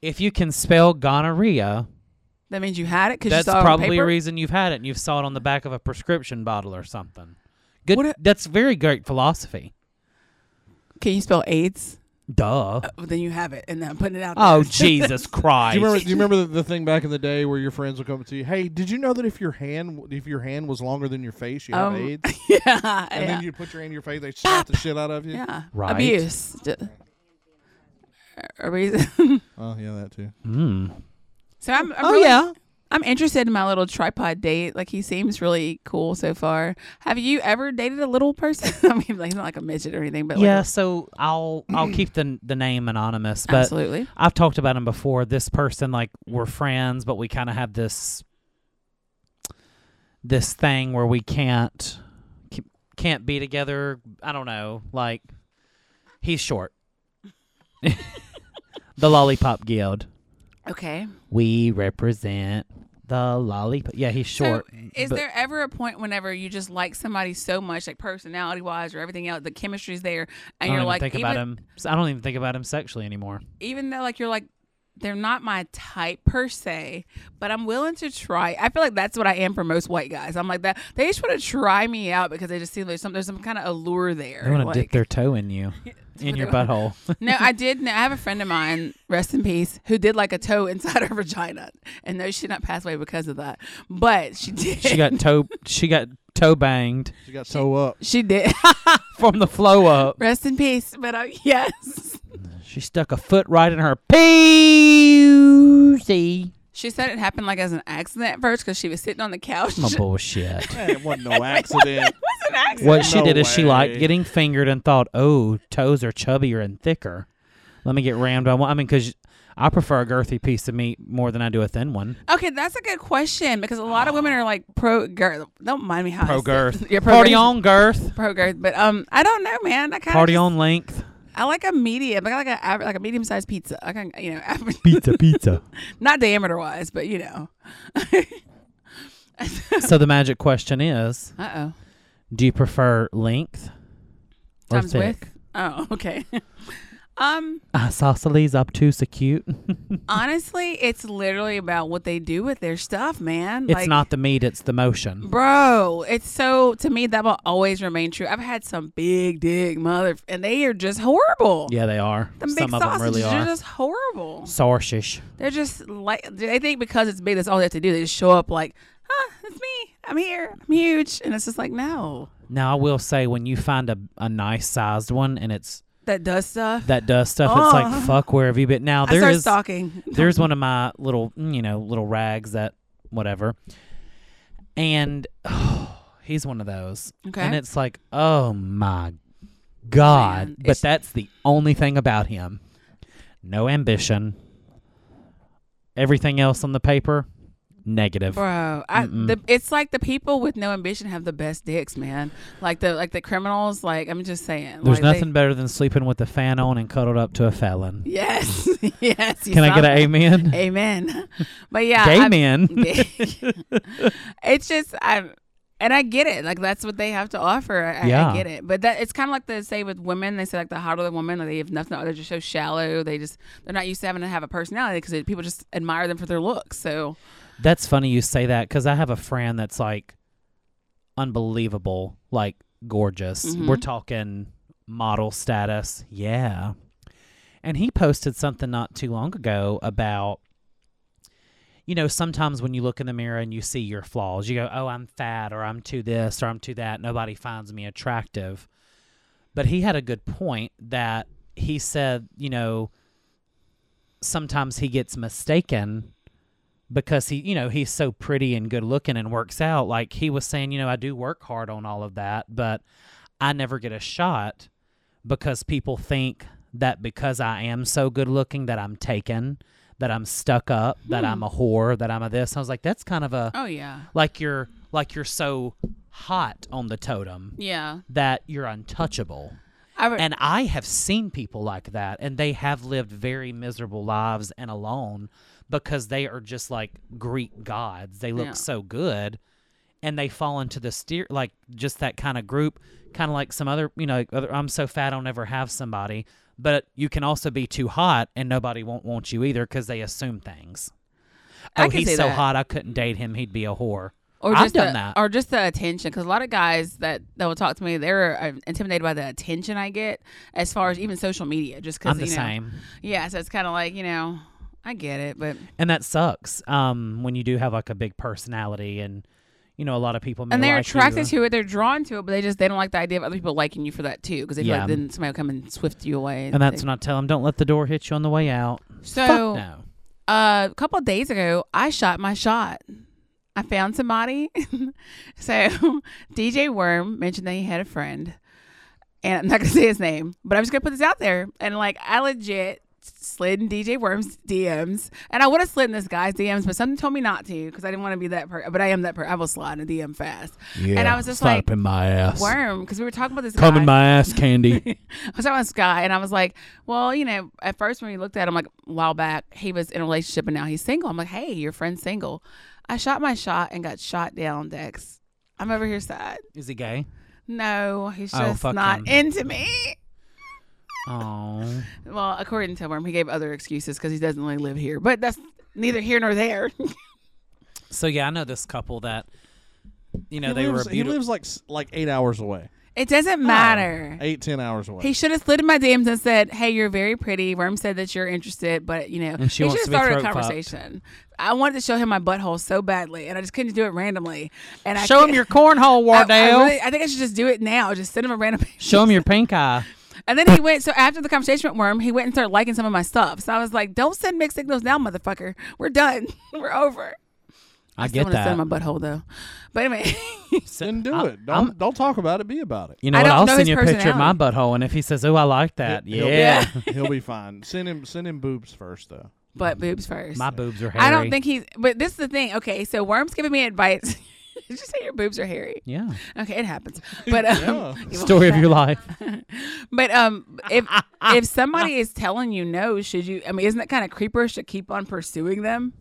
Speaker 7: if you can spell gonorrhea,
Speaker 6: that means you had it because you
Speaker 7: that's
Speaker 6: saw it on
Speaker 7: probably a
Speaker 6: paper?
Speaker 7: reason you've had it and you've saw it on the back of a prescription bottle or something. Good.
Speaker 6: What a-
Speaker 7: that's very great philosophy.
Speaker 6: Can you spell AIDS?
Speaker 7: Duh.
Speaker 6: Well, then you have it, and I'm putting it out.
Speaker 7: Oh,
Speaker 6: there.
Speaker 7: Jesus Christ.
Speaker 8: Do you remember? Do you remember the, the thing back in the day where your friends would come up to you? Hey, did you know that if your hand if your hand was longer than your face, you have
Speaker 6: Um,
Speaker 8: AIDS?
Speaker 6: yeah,
Speaker 8: And
Speaker 6: yeah,
Speaker 8: then you put your hand in your face, they slap the shit out of you.
Speaker 6: yeah.
Speaker 7: Right.
Speaker 6: abuse. D- A reason.
Speaker 8: Oh yeah, that too.
Speaker 6: so I'm. I'm
Speaker 7: Hmm. oh,
Speaker 6: really-
Speaker 7: yeah.
Speaker 6: I'm interested in my little tripod date. Like he seems really cool so far. Have you ever dated a little person? I mean, like he's not like a midget or anything, but like,
Speaker 7: yeah, so I'll I'll keep the the name anonymous, but
Speaker 6: absolutely.
Speaker 7: I've talked about him before. This person, like, we're friends, but we kind of have this this thing where we can't can't be together. I don't know. Like, he's short. the Lollipop Guild.
Speaker 6: Okay.
Speaker 7: We represent the lollipop. Yeah, he's short.
Speaker 6: So is
Speaker 7: but-
Speaker 6: there ever a point whenever you just like somebody so much, like personality wise or everything else, the chemistry's there,
Speaker 7: I
Speaker 6: and
Speaker 7: don't
Speaker 6: you're
Speaker 7: even
Speaker 6: like,
Speaker 7: think
Speaker 6: even,
Speaker 7: about him. I don't even think about him sexually anymore.
Speaker 6: even though like you're like they're not my type per se, but I'm willing to try. I feel like that's what I am for most white guys. I'm like that. They just want to try me out because they just see there's some there's some kind of allure there.
Speaker 7: They want to
Speaker 6: like,
Speaker 7: dip their toe in you, in your butthole.
Speaker 6: no, I did. know I have a friend of mine, rest in peace, who did like a toe inside her vagina, and no, she did not pass away because of that. But she did.
Speaker 7: she got toe. She got toe banged
Speaker 8: She got toe up.
Speaker 6: She did.
Speaker 7: from the flow up.
Speaker 6: Rest in peace. But uh, yes.
Speaker 7: She stuck a foot right in her pussy.
Speaker 6: She said it happened like as an accident at first because she was sitting on the couch.
Speaker 7: Oh, bullshit.
Speaker 8: Man, it wasn't no accident.
Speaker 6: It's an accident.
Speaker 7: What she
Speaker 8: No
Speaker 7: did is she
Speaker 8: way.
Speaker 7: liked getting fingered and thought, oh, toes are chubbier and thicker. Let me get rammed on one. I mean, because I prefer a girthy piece of meat more than I do a thin one.
Speaker 6: Okay, that's a good question because a lot of women are like pro girth. Don't mind me. how I
Speaker 7: Pro
Speaker 6: said-
Speaker 7: girth.
Speaker 6: Yeah, pro
Speaker 7: Party
Speaker 6: girth.
Speaker 7: on girth.
Speaker 6: Pro girth, but um, I don't know, man. I kind
Speaker 7: Party
Speaker 6: of
Speaker 7: on length.
Speaker 6: I like a medium. I like a aver- like a medium sized pizza. I can you know average-
Speaker 7: pizza.
Speaker 6: not diameter wise, but you know.
Speaker 7: so the magic question is
Speaker 6: Uh oh.
Speaker 7: do you prefer length or
Speaker 6: Times
Speaker 7: thick? Uh,
Speaker 6: with. Oh, okay. um,
Speaker 7: Isosceles obtuse acute.
Speaker 6: honestly, it's literally about what they do with their stuff, man.
Speaker 7: it's
Speaker 6: like,
Speaker 7: not the meat, it's the motion.
Speaker 6: Bro, it's so to me that will always remain true. I've had some big dick mother, and they are just horrible.
Speaker 7: Yeah, they are.
Speaker 6: Them big
Speaker 7: Some of them
Speaker 6: sausages
Speaker 7: really
Speaker 6: are
Speaker 7: are.
Speaker 6: just horrible.
Speaker 7: Sarsish.
Speaker 6: They're just like they think because it's big, that's all they have to do. They just show up like, huh, it's me. I'm here. I'm huge, and it's just like no,
Speaker 7: Now, I will say when you find a, a nice sized one and it's
Speaker 6: that does stuff.
Speaker 7: that does stuff. It's like fuck, where have you been? Now
Speaker 6: Oh. I
Speaker 7: there
Speaker 6: start
Speaker 7: is
Speaker 6: stalking.
Speaker 7: there's one of my little mm, you know little rags that whatever, and he's one of those.
Speaker 6: Okay.
Speaker 7: and it's like oh my god,
Speaker 6: Man,
Speaker 7: but
Speaker 6: it's-
Speaker 7: that's the only thing about him. No ambition. Everything else on the paper, negative.
Speaker 6: Bro, I, the, it's like the people with no ambition have the best dicks, man. Like the like the criminals. Like I'm just saying.
Speaker 7: There's
Speaker 6: like, they-
Speaker 7: nothing better than sleeping with the fan on and cuddled up to a felon.
Speaker 6: yes, yes. you
Speaker 7: Can I
Speaker 6: saw
Speaker 7: get
Speaker 6: that.
Speaker 7: an amen?
Speaker 6: Amen. But yeah,
Speaker 7: Gay
Speaker 6: I've-
Speaker 7: men.
Speaker 6: it's just I, and I get it. Like that's what they have to offer. I,
Speaker 7: Yeah.
Speaker 6: I get it. But that it's kind of like they say with women. They say like the hotter the woman, like they have nothing. They're just so shallow. They just they're not used to having to have a personality because people just admire them for their looks. So
Speaker 7: That's funny you say that because I have a friend that's like unbelievable, like gorgeous.
Speaker 6: Mm-hmm.
Speaker 7: We're talking model status. Yeah. And he posted something not too long ago about, you know, sometimes when you look in the mirror and you see your flaws, you go, oh, I'm fat or I'm too this or I'm too that. Nobody finds me attractive. But he had a good point that he said, you know, sometimes he gets mistaken because he you know he's so pretty and good looking and works out like he was saying you know i do work hard on all of that but i never get a shot because people think that because i am so good looking that i'm taken that i'm stuck up that i'm a whore that i'm a this i was like that's kind of a
Speaker 6: oh yeah,
Speaker 7: like you're like you're so hot on the totem
Speaker 6: yeah.
Speaker 7: that you're untouchable
Speaker 6: I would-
Speaker 7: and I have seen people like that, and they have lived very miserable lives and alone because they are just like Greek gods. They look
Speaker 6: Yeah.
Speaker 7: so good, and they fall into the steer like just that kind of group, kind of like some other, you know, like other, I'm so fat I'll never have somebody. But you can also be too hot, and nobody won't want you either because they assume things.
Speaker 6: I
Speaker 7: oh,
Speaker 6: can
Speaker 7: he's
Speaker 6: see
Speaker 7: so
Speaker 6: that.
Speaker 7: hot I couldn't date him; he'd be a whore.
Speaker 6: or
Speaker 7: I've
Speaker 6: just
Speaker 7: done
Speaker 6: the,
Speaker 7: that.
Speaker 6: or just the attention because a lot of guys that that will talk to me they're uh, intimidated by the attention i get as far as even social media just because
Speaker 7: I'm the
Speaker 6: you know,
Speaker 7: same.
Speaker 6: yeah so it's kind of like you know i get it but
Speaker 7: and that sucks um when you do have like a big personality and you know a lot of people may
Speaker 6: and they're
Speaker 7: like you,
Speaker 6: attracted
Speaker 7: uh,
Speaker 6: to it they're drawn to it but they just they don't like the idea of other people liking you for that too because they feel
Speaker 7: Yeah.
Speaker 6: like then somebody will come and swift you away
Speaker 7: and that's when i tell them don't let the door hit you on the way out
Speaker 6: so
Speaker 7: Fuck no
Speaker 6: uh, a couple of days ago, I shot my shot. I found somebody. so DJ Worm mentioned that he had a friend, and I'm not gonna say his name, but I'm just gonna put this out there. And like, I legit slid in DJ Worm's DMs, and I would have slid in this guy's DMs, but something told me not to because I didn't want to be that person. But I am that person. I will slide in a DM fast. and I was just like,
Speaker 7: my ass
Speaker 6: Worm, because we were talking about this. guy.
Speaker 7: ass candy
Speaker 6: I was talking about this guy, and I was like, well, you know, at first when we looked at him, like a while back, he was in a relationship and now he's single. I'm like, hey, your friend's single. I shot my shot and got shot down, Dex. I'm over here sad.
Speaker 7: is he gay
Speaker 6: No, he's
Speaker 7: Oh,
Speaker 6: just
Speaker 7: fuck
Speaker 6: not
Speaker 7: him.
Speaker 6: into me.
Speaker 7: oh
Speaker 6: Well, according to him, he gave other excuses because he doesn't really live here, but that's neither here nor there.
Speaker 7: so yeah i know this couple that you know
Speaker 8: he
Speaker 7: they
Speaker 8: lives,
Speaker 7: were a
Speaker 8: he
Speaker 7: beautiful
Speaker 8: lives like s- like eight hours away.
Speaker 6: It
Speaker 7: Oh.
Speaker 6: doesn't matter.
Speaker 8: Eight, ten hours away.
Speaker 6: He should have slid in my DMs and said, "Hey, you're very pretty." Worm said that you're interested, but you know,
Speaker 7: And she
Speaker 6: he
Speaker 7: wants
Speaker 6: should have
Speaker 7: to be
Speaker 6: started a
Speaker 7: throat fucked.
Speaker 6: conversation. I wanted to show him my butthole so badly, and I just couldn't do it randomly. And I
Speaker 7: Show him
Speaker 6: cou-
Speaker 7: your cornhole,
Speaker 6: I- I
Speaker 7: Wardell.
Speaker 6: really- I think I should just do it now. Just send him a random.
Speaker 7: Show him your pink eye.
Speaker 6: And then he went. So after the conversation with Worm, he went and started liking some of my stuff. So I was like, "Don't send mixed signals now, motherfucker. We're done. We're over."
Speaker 7: I
Speaker 6: I
Speaker 7: get
Speaker 6: want to
Speaker 7: that.
Speaker 6: send my butthole though. But anyway,
Speaker 8: then do it. Don't
Speaker 7: I'm-
Speaker 8: don't talk about it. Be about it.
Speaker 7: You know
Speaker 6: I
Speaker 7: what?
Speaker 6: don't
Speaker 7: I'll
Speaker 6: know
Speaker 7: send
Speaker 6: his
Speaker 7: you a picture of my butthole, and if he says, "Oh, I like that,"
Speaker 8: He'll-
Speaker 7: yeah,
Speaker 8: He'll, he'll be fine. Send him send him boobs first though.
Speaker 6: butt boobs first.
Speaker 7: my boobs are hairy.
Speaker 6: I don't think he's. But this is the thing. Okay, so Worm's giving me advice. Did you say your boobs are hairy?
Speaker 7: Yeah.
Speaker 6: Okay, it happens. But um,
Speaker 7: Story of your life.
Speaker 6: but um, if if somebody is telling you no, should you? I mean, isn't that kind of creeperish to keep on pursuing them?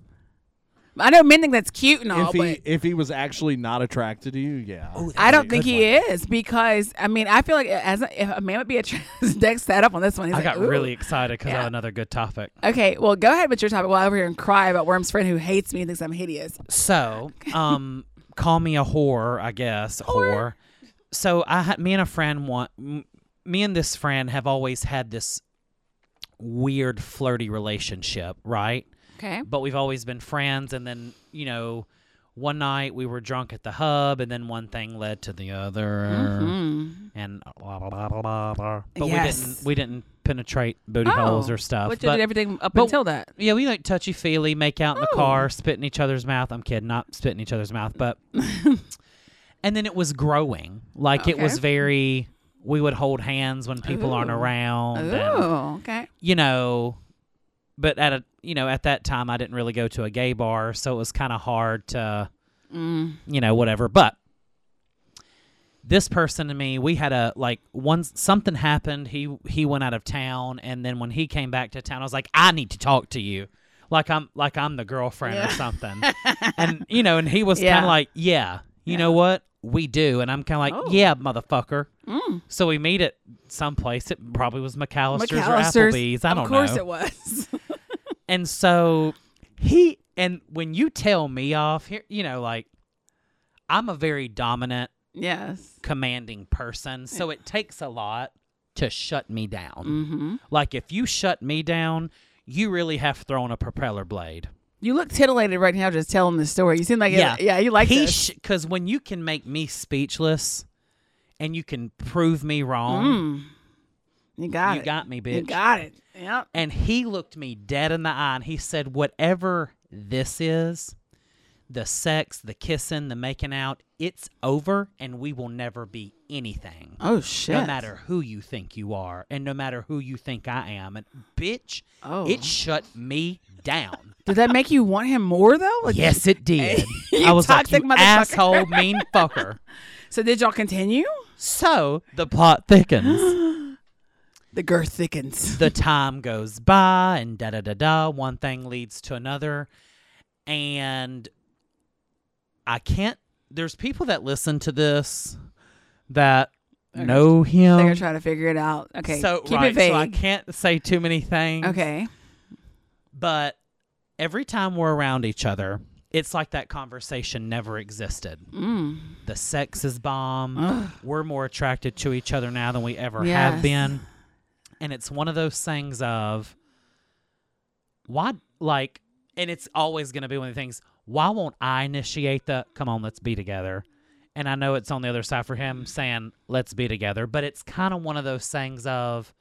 Speaker 6: I know men think that's cute and
Speaker 8: if
Speaker 6: all, but Oh,
Speaker 8: he if he was actually not attracted to you, yeah.
Speaker 6: I don't think he is because I mean I feel like as a, if a man would be a next set up on this one. He's
Speaker 7: I
Speaker 6: like,
Speaker 7: got
Speaker 6: "Ooh."
Speaker 7: really excited because I
Speaker 6: Yeah.
Speaker 7: had another good topic.
Speaker 6: okay. Well, go ahead with your topic while I over here and cry about Worm's friend who hates me and thinks I'm hideous.
Speaker 7: So, um, call me a whore, I guess. Whore. So I, had me and a friend want, m- me and this friend have always had this weird flirty relationship, right?
Speaker 6: Okay.
Speaker 7: But we've always been friends, and then you know, one night we were drunk at the hub, and then one thing led to the other, and blah blah blah blah blah. blah. But we
Speaker 6: Mm-hmm. Yes.
Speaker 7: didn't we didn't penetrate booty holes
Speaker 6: Oh,
Speaker 7: or stuff.
Speaker 6: But you
Speaker 7: but
Speaker 6: did everything up
Speaker 7: but-
Speaker 6: until that.
Speaker 7: yeah, we like touchy feely, make out in the
Speaker 6: Oh.
Speaker 7: car, spit in each other's mouth. I'm kidding, not spit in each other's mouth, but and then it was growing. Like it was
Speaker 6: Okay.
Speaker 7: very we would hold hands when people aren't
Speaker 6: Ooh.
Speaker 7: around. and,
Speaker 6: Oh, okay.
Speaker 7: you know but at a you know, at that time I didn't really go to a gay bar, so it was kinda hard to you know, whatever. But this person and me, we had a like once something happened. He he went out of town, and then when he came back to town, I was like, I need to talk to you, like I'm like I'm the girlfriend or something, and you know, and he was kind
Speaker 6: Yeah.
Speaker 7: of like, yeah, you know what, we do, and I'm kind of like, yeah, motherfucker.
Speaker 6: Mm,
Speaker 7: So we meet at some place. It probably was McAllister's, or
Speaker 6: McAllister's.
Speaker 7: Applebee's. I don't know
Speaker 6: Of course it was.
Speaker 7: and so he and when you tell me off here you know like i'm a very dominant
Speaker 6: yes.
Speaker 7: commanding person so it takes a lot to shut me down
Speaker 6: Mm. Mm-hmm.
Speaker 7: like if you shut me down you really have thrown a propeller blade
Speaker 6: You look titillated right now just telling this story. You seem like yeah, yeah you like
Speaker 7: he
Speaker 6: this.
Speaker 7: because when you can make me speechless and you can prove me wrong
Speaker 6: you Mm, got
Speaker 7: you
Speaker 6: it.
Speaker 7: got me bitch
Speaker 6: You got it. Yep.
Speaker 7: And he looked me dead in the eye and he said, Whatever this is, the sex, the kissing, the making out, it's over and we will never be anything.
Speaker 6: Oh shit.
Speaker 7: No matter who you think you are and no matter who you think I am. And bitch,
Speaker 6: Oh.
Speaker 7: it shut me down.
Speaker 6: Did that make you want him more though? Like,
Speaker 7: yes, it did.
Speaker 6: You
Speaker 7: I was like,
Speaker 6: toxic
Speaker 7: you
Speaker 6: motherfucker."
Speaker 7: asshole, mean fucker.
Speaker 6: So did y'all continue?
Speaker 7: So the plot thickens.
Speaker 6: The girth thickens.
Speaker 7: the time goes by and da da da da one thing leads to another and i can't there's people that listen to this that know
Speaker 6: They're
Speaker 7: him
Speaker 6: gonna try to figure it out. Okay.
Speaker 7: Um, so
Speaker 6: keep
Speaker 7: right
Speaker 6: it vague.
Speaker 7: so i can't say too many things
Speaker 6: okay.
Speaker 7: but every time we're around each other it's like that conversation never existed
Speaker 6: Mm.
Speaker 7: the sex is bomb
Speaker 6: Ugh.
Speaker 7: we're more attracted to each other now than we ever have
Speaker 6: Yes.
Speaker 7: been. And it's one of those things of why like and it's always gonna be one of the things, why won't I initiate the come on, let's be together? And I know it's on the other side for him saying, let's be together, but it's kind of one of those things of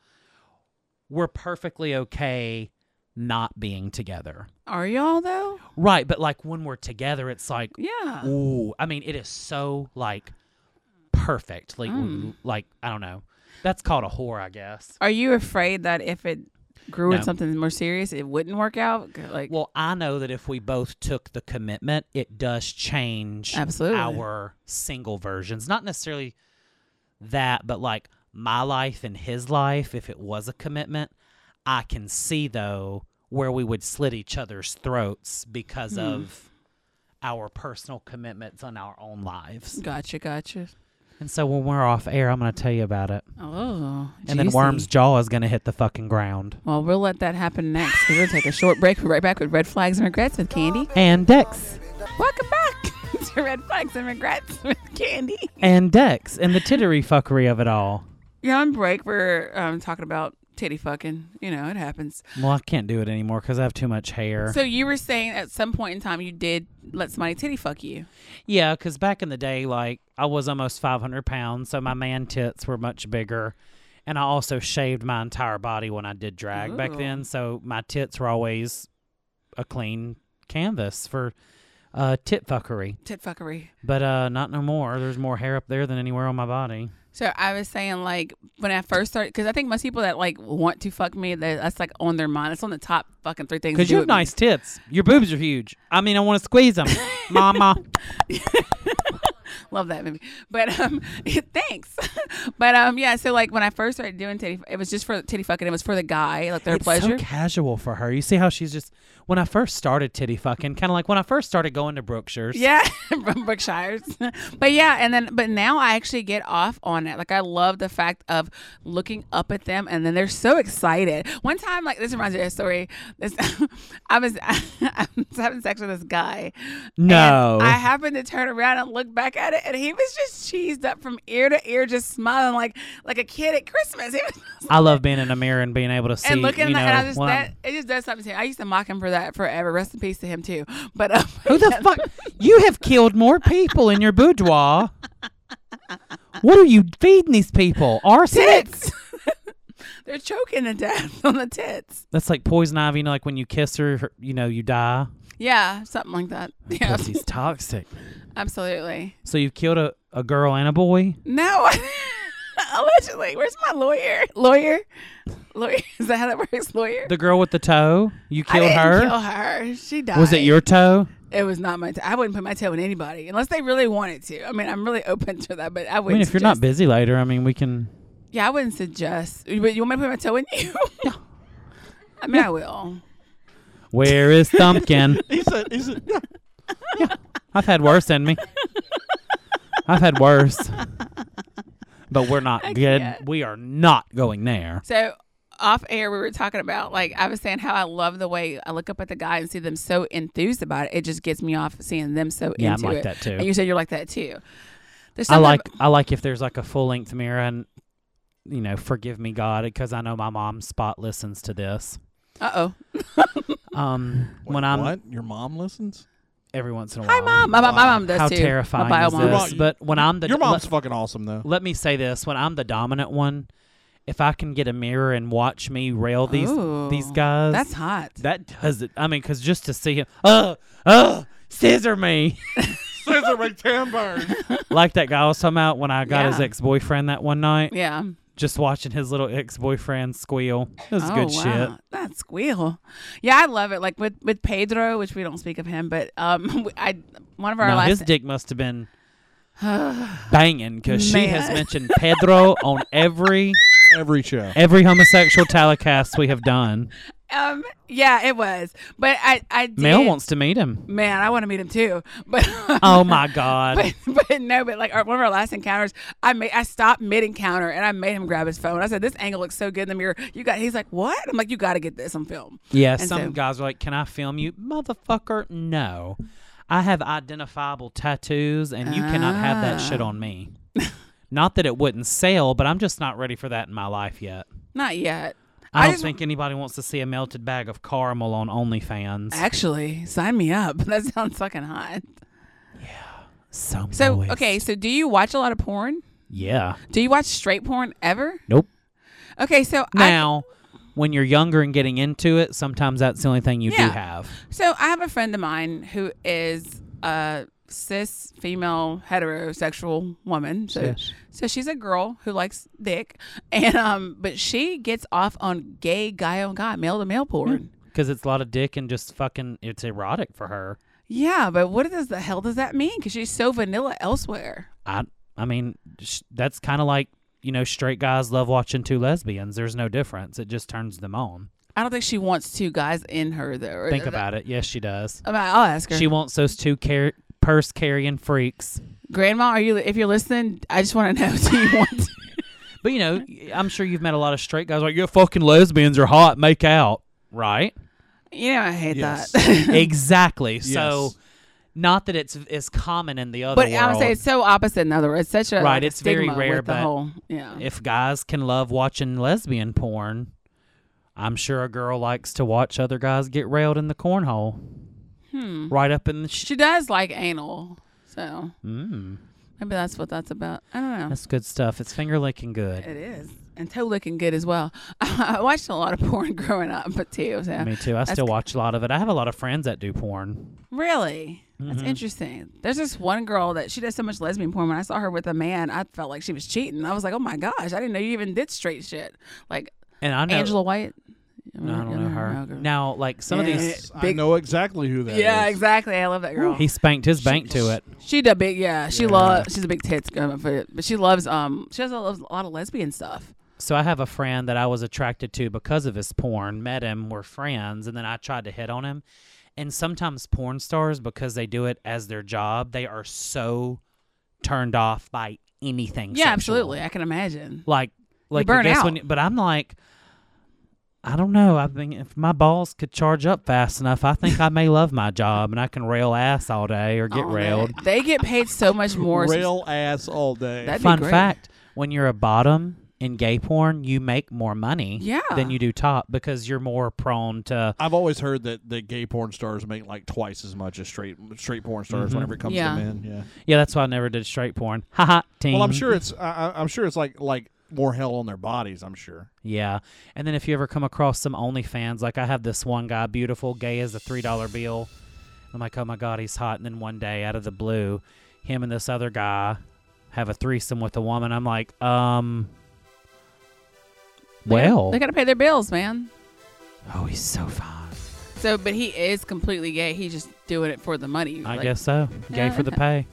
Speaker 7: we're perfectly okay not being together.
Speaker 6: Are y'all though?
Speaker 7: Right, but like when we're together, it's like
Speaker 6: Yeah.
Speaker 7: Ooh, I mean, it is so like perfect. Like, ooh, like I don't know. That's called a whore, I guess.
Speaker 6: Are you afraid that if it grew
Speaker 7: No.
Speaker 6: into something more serious, it wouldn't work out? G- Like,
Speaker 7: Well, I know that if we both took the commitment, it does change
Speaker 6: Absolutely.
Speaker 7: our single versions. Not necessarily that, but like my life and his life, if it was a commitment, I can see though where we would slit each other's throats because of our personal commitments on our own lives.
Speaker 6: gotcha, gotcha.
Speaker 7: And so when we're off air, I'm going to tell you about it.
Speaker 6: Oh,
Speaker 7: And then
Speaker 6: juicy.
Speaker 7: Worm's jaw is going to hit the fucking ground.
Speaker 6: Well, we'll let that happen next. 'cause We'll take a short break. We're right back with red flags and regrets with Candy.
Speaker 7: And Dex.
Speaker 6: Welcome back. to red flags and regrets with candy.
Speaker 7: and Dex and the tittery fuckery of it all.
Speaker 6: Yeah, on break we're um, talking about titty fucking. You know, it happens.
Speaker 7: Well, I can't do it anymore because I have too much hair.
Speaker 6: So you were saying at some point in time you did let somebody titty fuck you.
Speaker 7: Yeah, because back in the day, like I was almost 500 pounds, so my man tits were much bigger. And I also shaved my entire body when I did drag back
Speaker 6: Ooh.
Speaker 7: then, so my tits were always a clean canvas for uh, tit fuckery.
Speaker 6: Tit fuckery.
Speaker 7: But uh, not no more. There's more hair up there than anywhere on my body.
Speaker 6: So I was saying like when I first started, because I think most people that like want to fuck me, that- that's like on their mind. It's on the top fucking three things. to
Speaker 7: Because
Speaker 6: do
Speaker 7: you have
Speaker 6: with me.
Speaker 7: nice tits. Your boobs are huge. I mean, I want to squeeze them, mama.
Speaker 6: Love that movie. But um, thanks. but um, yeah. So like when I first started doing titty, it was just for titty fucking. It was for the guy, like their
Speaker 7: it's
Speaker 6: pleasure.
Speaker 7: so casual for her. You see how she's just, when I first started titty fucking, kind of like when I first started going to Brookshire's.
Speaker 6: Yeah, from Berkshire's. but yeah, and then but now I actually get off on it. Like I love the fact of looking up at them and then they're so excited. One time, like this reminds me of a story. This I was I was having sex with this guy. and
Speaker 7: No.
Speaker 6: I happened to turn around and look back at it and he was just cheesed up from ear to ear, just smiling like like a kid at Christmas. He was
Speaker 7: I love being in a mirror and being able to see.
Speaker 6: and looking
Speaker 7: you know,
Speaker 6: at and I just
Speaker 7: what
Speaker 6: that
Speaker 7: I'm-
Speaker 6: it just does something to me. I used to mock him for that forever. Rest in peace to him too. But um,
Speaker 7: who the fuck? You have killed more people in your boudoir. What are you feeding these people? Arsenic.
Speaker 6: tits. They're choking to death on the tits.
Speaker 7: That's like poison ivy. You know, like when you kiss her, her- you know, you die.
Speaker 6: Yeah, something like that. Yeah,
Speaker 7: Pussy's toxic.
Speaker 6: absolutely.
Speaker 7: So you've killed a, a girl and a boy.
Speaker 6: No, allegedly. Where's my lawyer? Lawyer, lawyer. Is that how that works? Lawyer.
Speaker 7: The girl with the toe. You
Speaker 6: I
Speaker 7: killed
Speaker 6: didn't
Speaker 7: her.
Speaker 6: Kill her. She died.
Speaker 7: Was it your toe?
Speaker 6: It was not my. T- I wouldn't put my toe in anybody unless they really wanted to. I mean, I'm really open to that, but I
Speaker 7: I
Speaker 6: wouldn't.
Speaker 7: mean, if you're not
Speaker 6: suggest-
Speaker 7: busy later, I mean, we can.
Speaker 6: yeah, I wouldn't suggest. But you want me to put my toe in you? No. I mean, I will.
Speaker 7: Where is Thumpkin?
Speaker 8: He said, he said
Speaker 7: I've had worse in me. I've had worse. But we're not good.
Speaker 6: can't.
Speaker 7: We are not going there.
Speaker 6: So off air, we were talking about like I was saying how I love the way I look up at the guy and see them so enthused about it. It just gets me off seeing them so
Speaker 7: Yeah, I'm
Speaker 6: into
Speaker 7: like
Speaker 6: it.
Speaker 7: that too.
Speaker 6: And you said you're like that too. There's
Speaker 7: I
Speaker 6: something
Speaker 7: like
Speaker 6: ab-
Speaker 7: I like if there's like a full length mirror and you know, forgive me God because I know my mom's spot listens to this.
Speaker 6: Uh-oh.
Speaker 7: Um when I'm
Speaker 8: what? Your mom listens?
Speaker 7: every once in a
Speaker 6: Hi,
Speaker 7: while.
Speaker 6: mom. My, my mom does
Speaker 7: How
Speaker 6: too.
Speaker 7: terrifying
Speaker 6: My bio
Speaker 7: is
Speaker 6: mom.
Speaker 7: this?
Speaker 8: Your mom-
Speaker 7: But when I'm the
Speaker 8: Your
Speaker 7: let-
Speaker 8: mom's fucking awesome, though.
Speaker 7: let me say this when I'm the dominant one, if I can get a mirror and watch me rail these
Speaker 6: Ooh,
Speaker 7: these guys
Speaker 6: That's hot.
Speaker 7: That does it. I mean, because just to see him, oh, oh, scissor me.
Speaker 8: Scissor McTan Burns.
Speaker 7: like that guy I was talking about when I got his
Speaker 6: Yeah.
Speaker 7: ex boyfriend that one night.
Speaker 6: yeah.
Speaker 7: Just watching his little ex boyfriend squeal. It was
Speaker 6: oh,
Speaker 7: good
Speaker 6: wow.
Speaker 7: shit.
Speaker 6: That's squeal. Yeah, I love it. Like with, with Pedro, which we don't speak of him, but um, I one of our
Speaker 7: Now,
Speaker 6: last
Speaker 7: his dick must have been banging because she has
Speaker 6: Man.
Speaker 7: mentioned Pedro on every
Speaker 8: Every show.
Speaker 7: every homosexual telecast we have done.
Speaker 6: um, yeah, it was. But I I did.
Speaker 7: Mel wants to meet him.
Speaker 6: Man, I want to meet him too. But
Speaker 7: Oh my god!
Speaker 6: but, but no, but like our, one of our last encounters, I made I stopped mid encounter and I made him grab his phone. I said, "This angle looks so good in the mirror." You got? He's like, "What?" I'm like, "You got to get this on film."
Speaker 7: Yeah,
Speaker 6: And
Speaker 7: some
Speaker 6: so-
Speaker 7: guys are like, "Can I film you, motherfucker?" No, I have identifiable tattoos, and you cannot have that shit
Speaker 6: Ah.
Speaker 7: on me. not that it wouldn't sell, but I'm just not ready for that in my life yet.
Speaker 6: Not yet.
Speaker 7: I,
Speaker 6: I
Speaker 7: don't
Speaker 6: just-
Speaker 7: think anybody wants to see a melted bag of caramel on OnlyFans.
Speaker 6: Actually, sign me up. That sounds fucking hot.
Speaker 7: so,
Speaker 6: So
Speaker 7: moist.
Speaker 6: okay, so do you watch a lot of porn?
Speaker 7: yeah.
Speaker 6: Do you watch straight porn ever?
Speaker 7: Nope.
Speaker 6: Okay, so I
Speaker 7: Now, when you're younger and getting into it, sometimes that's the only thing you
Speaker 6: Yeah.
Speaker 7: do have.
Speaker 6: So I have a friend of mine who is a cis female heterosexual woman. So
Speaker 7: Cis.
Speaker 6: so she's a girl who likes dick and um but she gets off on gay guy on guy, male to male porn.
Speaker 7: Because it's a lot of dick and just fucking, it's erotic for her.
Speaker 6: Yeah, but what does the hell does that mean? Because she's so vanilla elsewhere.
Speaker 7: I I mean sh- that's kind of like you know straight guys love watching two lesbians. There's no difference. It just turns them on.
Speaker 6: I don't think she wants two guys in her though. or
Speaker 7: Think
Speaker 6: that-
Speaker 7: about it. Yes, she does.
Speaker 6: I mean, I'll ask her.
Speaker 7: She wants those two car- purse carrying freaks.
Speaker 6: Grandma, are you? If you're listening, I just want to know. Do you want?
Speaker 7: But you know, I'm sure you've met a lot of straight guys like your fucking lesbians are hot. Make out, right?
Speaker 6: you know, I hate
Speaker 8: Yes.
Speaker 6: that.
Speaker 7: exactly. So
Speaker 8: Yes.
Speaker 7: Not that it's as common in the other
Speaker 6: But
Speaker 7: world.
Speaker 6: I would say it's so opposite in other words. It's such a
Speaker 7: Right,
Speaker 6: like, a
Speaker 7: it's very
Speaker 6: stigma
Speaker 7: rare,
Speaker 6: With the
Speaker 7: but
Speaker 6: whole, yeah,
Speaker 7: if guys can love watching lesbian porn, I'm sure a girl likes to watch other guys get railed in the cornhole. Hmm. Right up in the. Sh-
Speaker 6: she does like anal, so
Speaker 7: mm,
Speaker 6: maybe that's what that's about. I don't know.
Speaker 7: that's good stuff. It's finger licking good.
Speaker 6: It is, and toe looking good as well. I watched a lot of porn growing up, but too. So
Speaker 7: Me too. I
Speaker 6: That's
Speaker 7: still watch a lot of it. I have a lot of friends that do porn.
Speaker 6: Really? That's
Speaker 7: Mm-hmm.
Speaker 6: interesting. There's this one girl that she does so much lesbian porn. When I saw her with a man, I felt like she was cheating. I was like, oh my gosh, I didn't know you even did straight shit. Like
Speaker 7: And I know
Speaker 6: Angela White.
Speaker 7: No, I don't know her.
Speaker 6: girl.
Speaker 7: Now, like some of
Speaker 6: Yeah.
Speaker 7: these,
Speaker 8: I know exactly who that is.
Speaker 6: yeah, exactly. I love that girl.
Speaker 7: he spanked his bank to it.
Speaker 6: she the big, yeah. She loves. She's a big tits girl, but but she loves. Um, she does a loves a lot of lesbian stuff.
Speaker 7: So I have a friend that I was attracted to because of his porn, met him, we're friends, and then I tried to hit on him. And sometimes porn stars, because they do it as their job, they are so turned off by anything.
Speaker 6: Yeah,
Speaker 7: sexual.
Speaker 6: absolutely. I can imagine.
Speaker 7: Like, like I
Speaker 6: burn
Speaker 7: guess
Speaker 6: out.
Speaker 7: when you- but I'm like, I don't know. I think if my balls could charge up fast enough, I think I may love my job and I can rail ass all day or get
Speaker 6: Oh,
Speaker 7: railed.
Speaker 6: They, they get paid so much more.
Speaker 8: Rail ass all day.
Speaker 6: That'd be
Speaker 7: Fun
Speaker 6: great.
Speaker 7: fact: when you're a bottom in gay porn, you make more money
Speaker 6: Yeah.
Speaker 7: than you do top because you're more prone to.
Speaker 8: I've always heard that the gay porn stars make like twice as much as straight straight porn stars whenever it comes
Speaker 6: Mm-hmm. Yeah.
Speaker 8: to men. Yeah.
Speaker 7: Yeah, that's why I never did straight porn. Haha. Team.
Speaker 8: Well, I'm
Speaker 6: Mm-hmm.
Speaker 8: sure it's I, I- I'm sure it's like like more hell on their bodies. I'm sure.
Speaker 7: Yeah, and then if you ever come across some OnlyFans, like I have this one guy, beautiful, gay as a three dollar bill. I'm like, oh my god, he's hot. And then one day, out of the blue, him and this other guy have a threesome with a woman. I'm like, um.
Speaker 6: They gotta-
Speaker 7: Well,
Speaker 6: they gotta pay their bills, man.
Speaker 7: oh, he's so fine.
Speaker 6: So, but he is completely gay. He's just doing it for the money.
Speaker 7: I
Speaker 6: like,
Speaker 7: guess so. Gay
Speaker 6: Yeah,
Speaker 7: for the pay.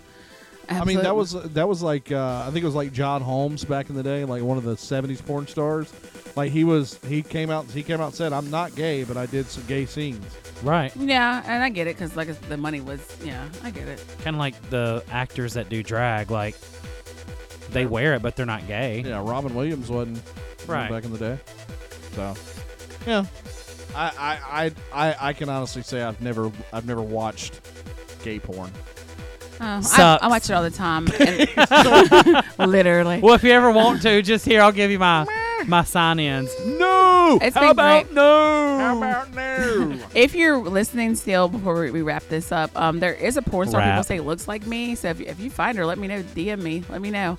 Speaker 8: I mean, that
Speaker 6: absolutely.
Speaker 8: was that was like uh, I think it was like John Holmes back in the day, like one of the '70s porn stars. Like he was, he came out, he came out and said, "I'm not gay, but I did some gay scenes."
Speaker 7: Right.
Speaker 6: Yeah, and I get it because like the money was. Yeah, I get it.
Speaker 7: kind of like the actors that do drag like they wear it but they're not gay
Speaker 8: Yeah, Robin Williams wasn't you know,
Speaker 7: Right.
Speaker 8: back in the day, so yeah, I I, I I I can honestly say I've never I've never watched gay porn.
Speaker 6: Oh, I,
Speaker 7: Sucks.
Speaker 6: I watch it all the time. and- literally,
Speaker 7: well if you ever want to just here i'll give you my my sign-ins
Speaker 8: No,
Speaker 6: It's
Speaker 7: how
Speaker 6: been
Speaker 7: about
Speaker 6: great.
Speaker 7: no
Speaker 8: how about no?
Speaker 6: If you're listening still before we, we wrap this up, um, there is a porn star people
Speaker 7: Wrap.
Speaker 6: say looks like me. So if, if you find her, let me know. DM me. Let me know.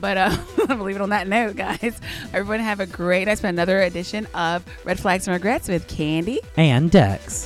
Speaker 6: But uh, I'll leave it on that note, guys. Everyone have a great. That's been another edition of Red Flags and Regrets with Candy.
Speaker 7: and dex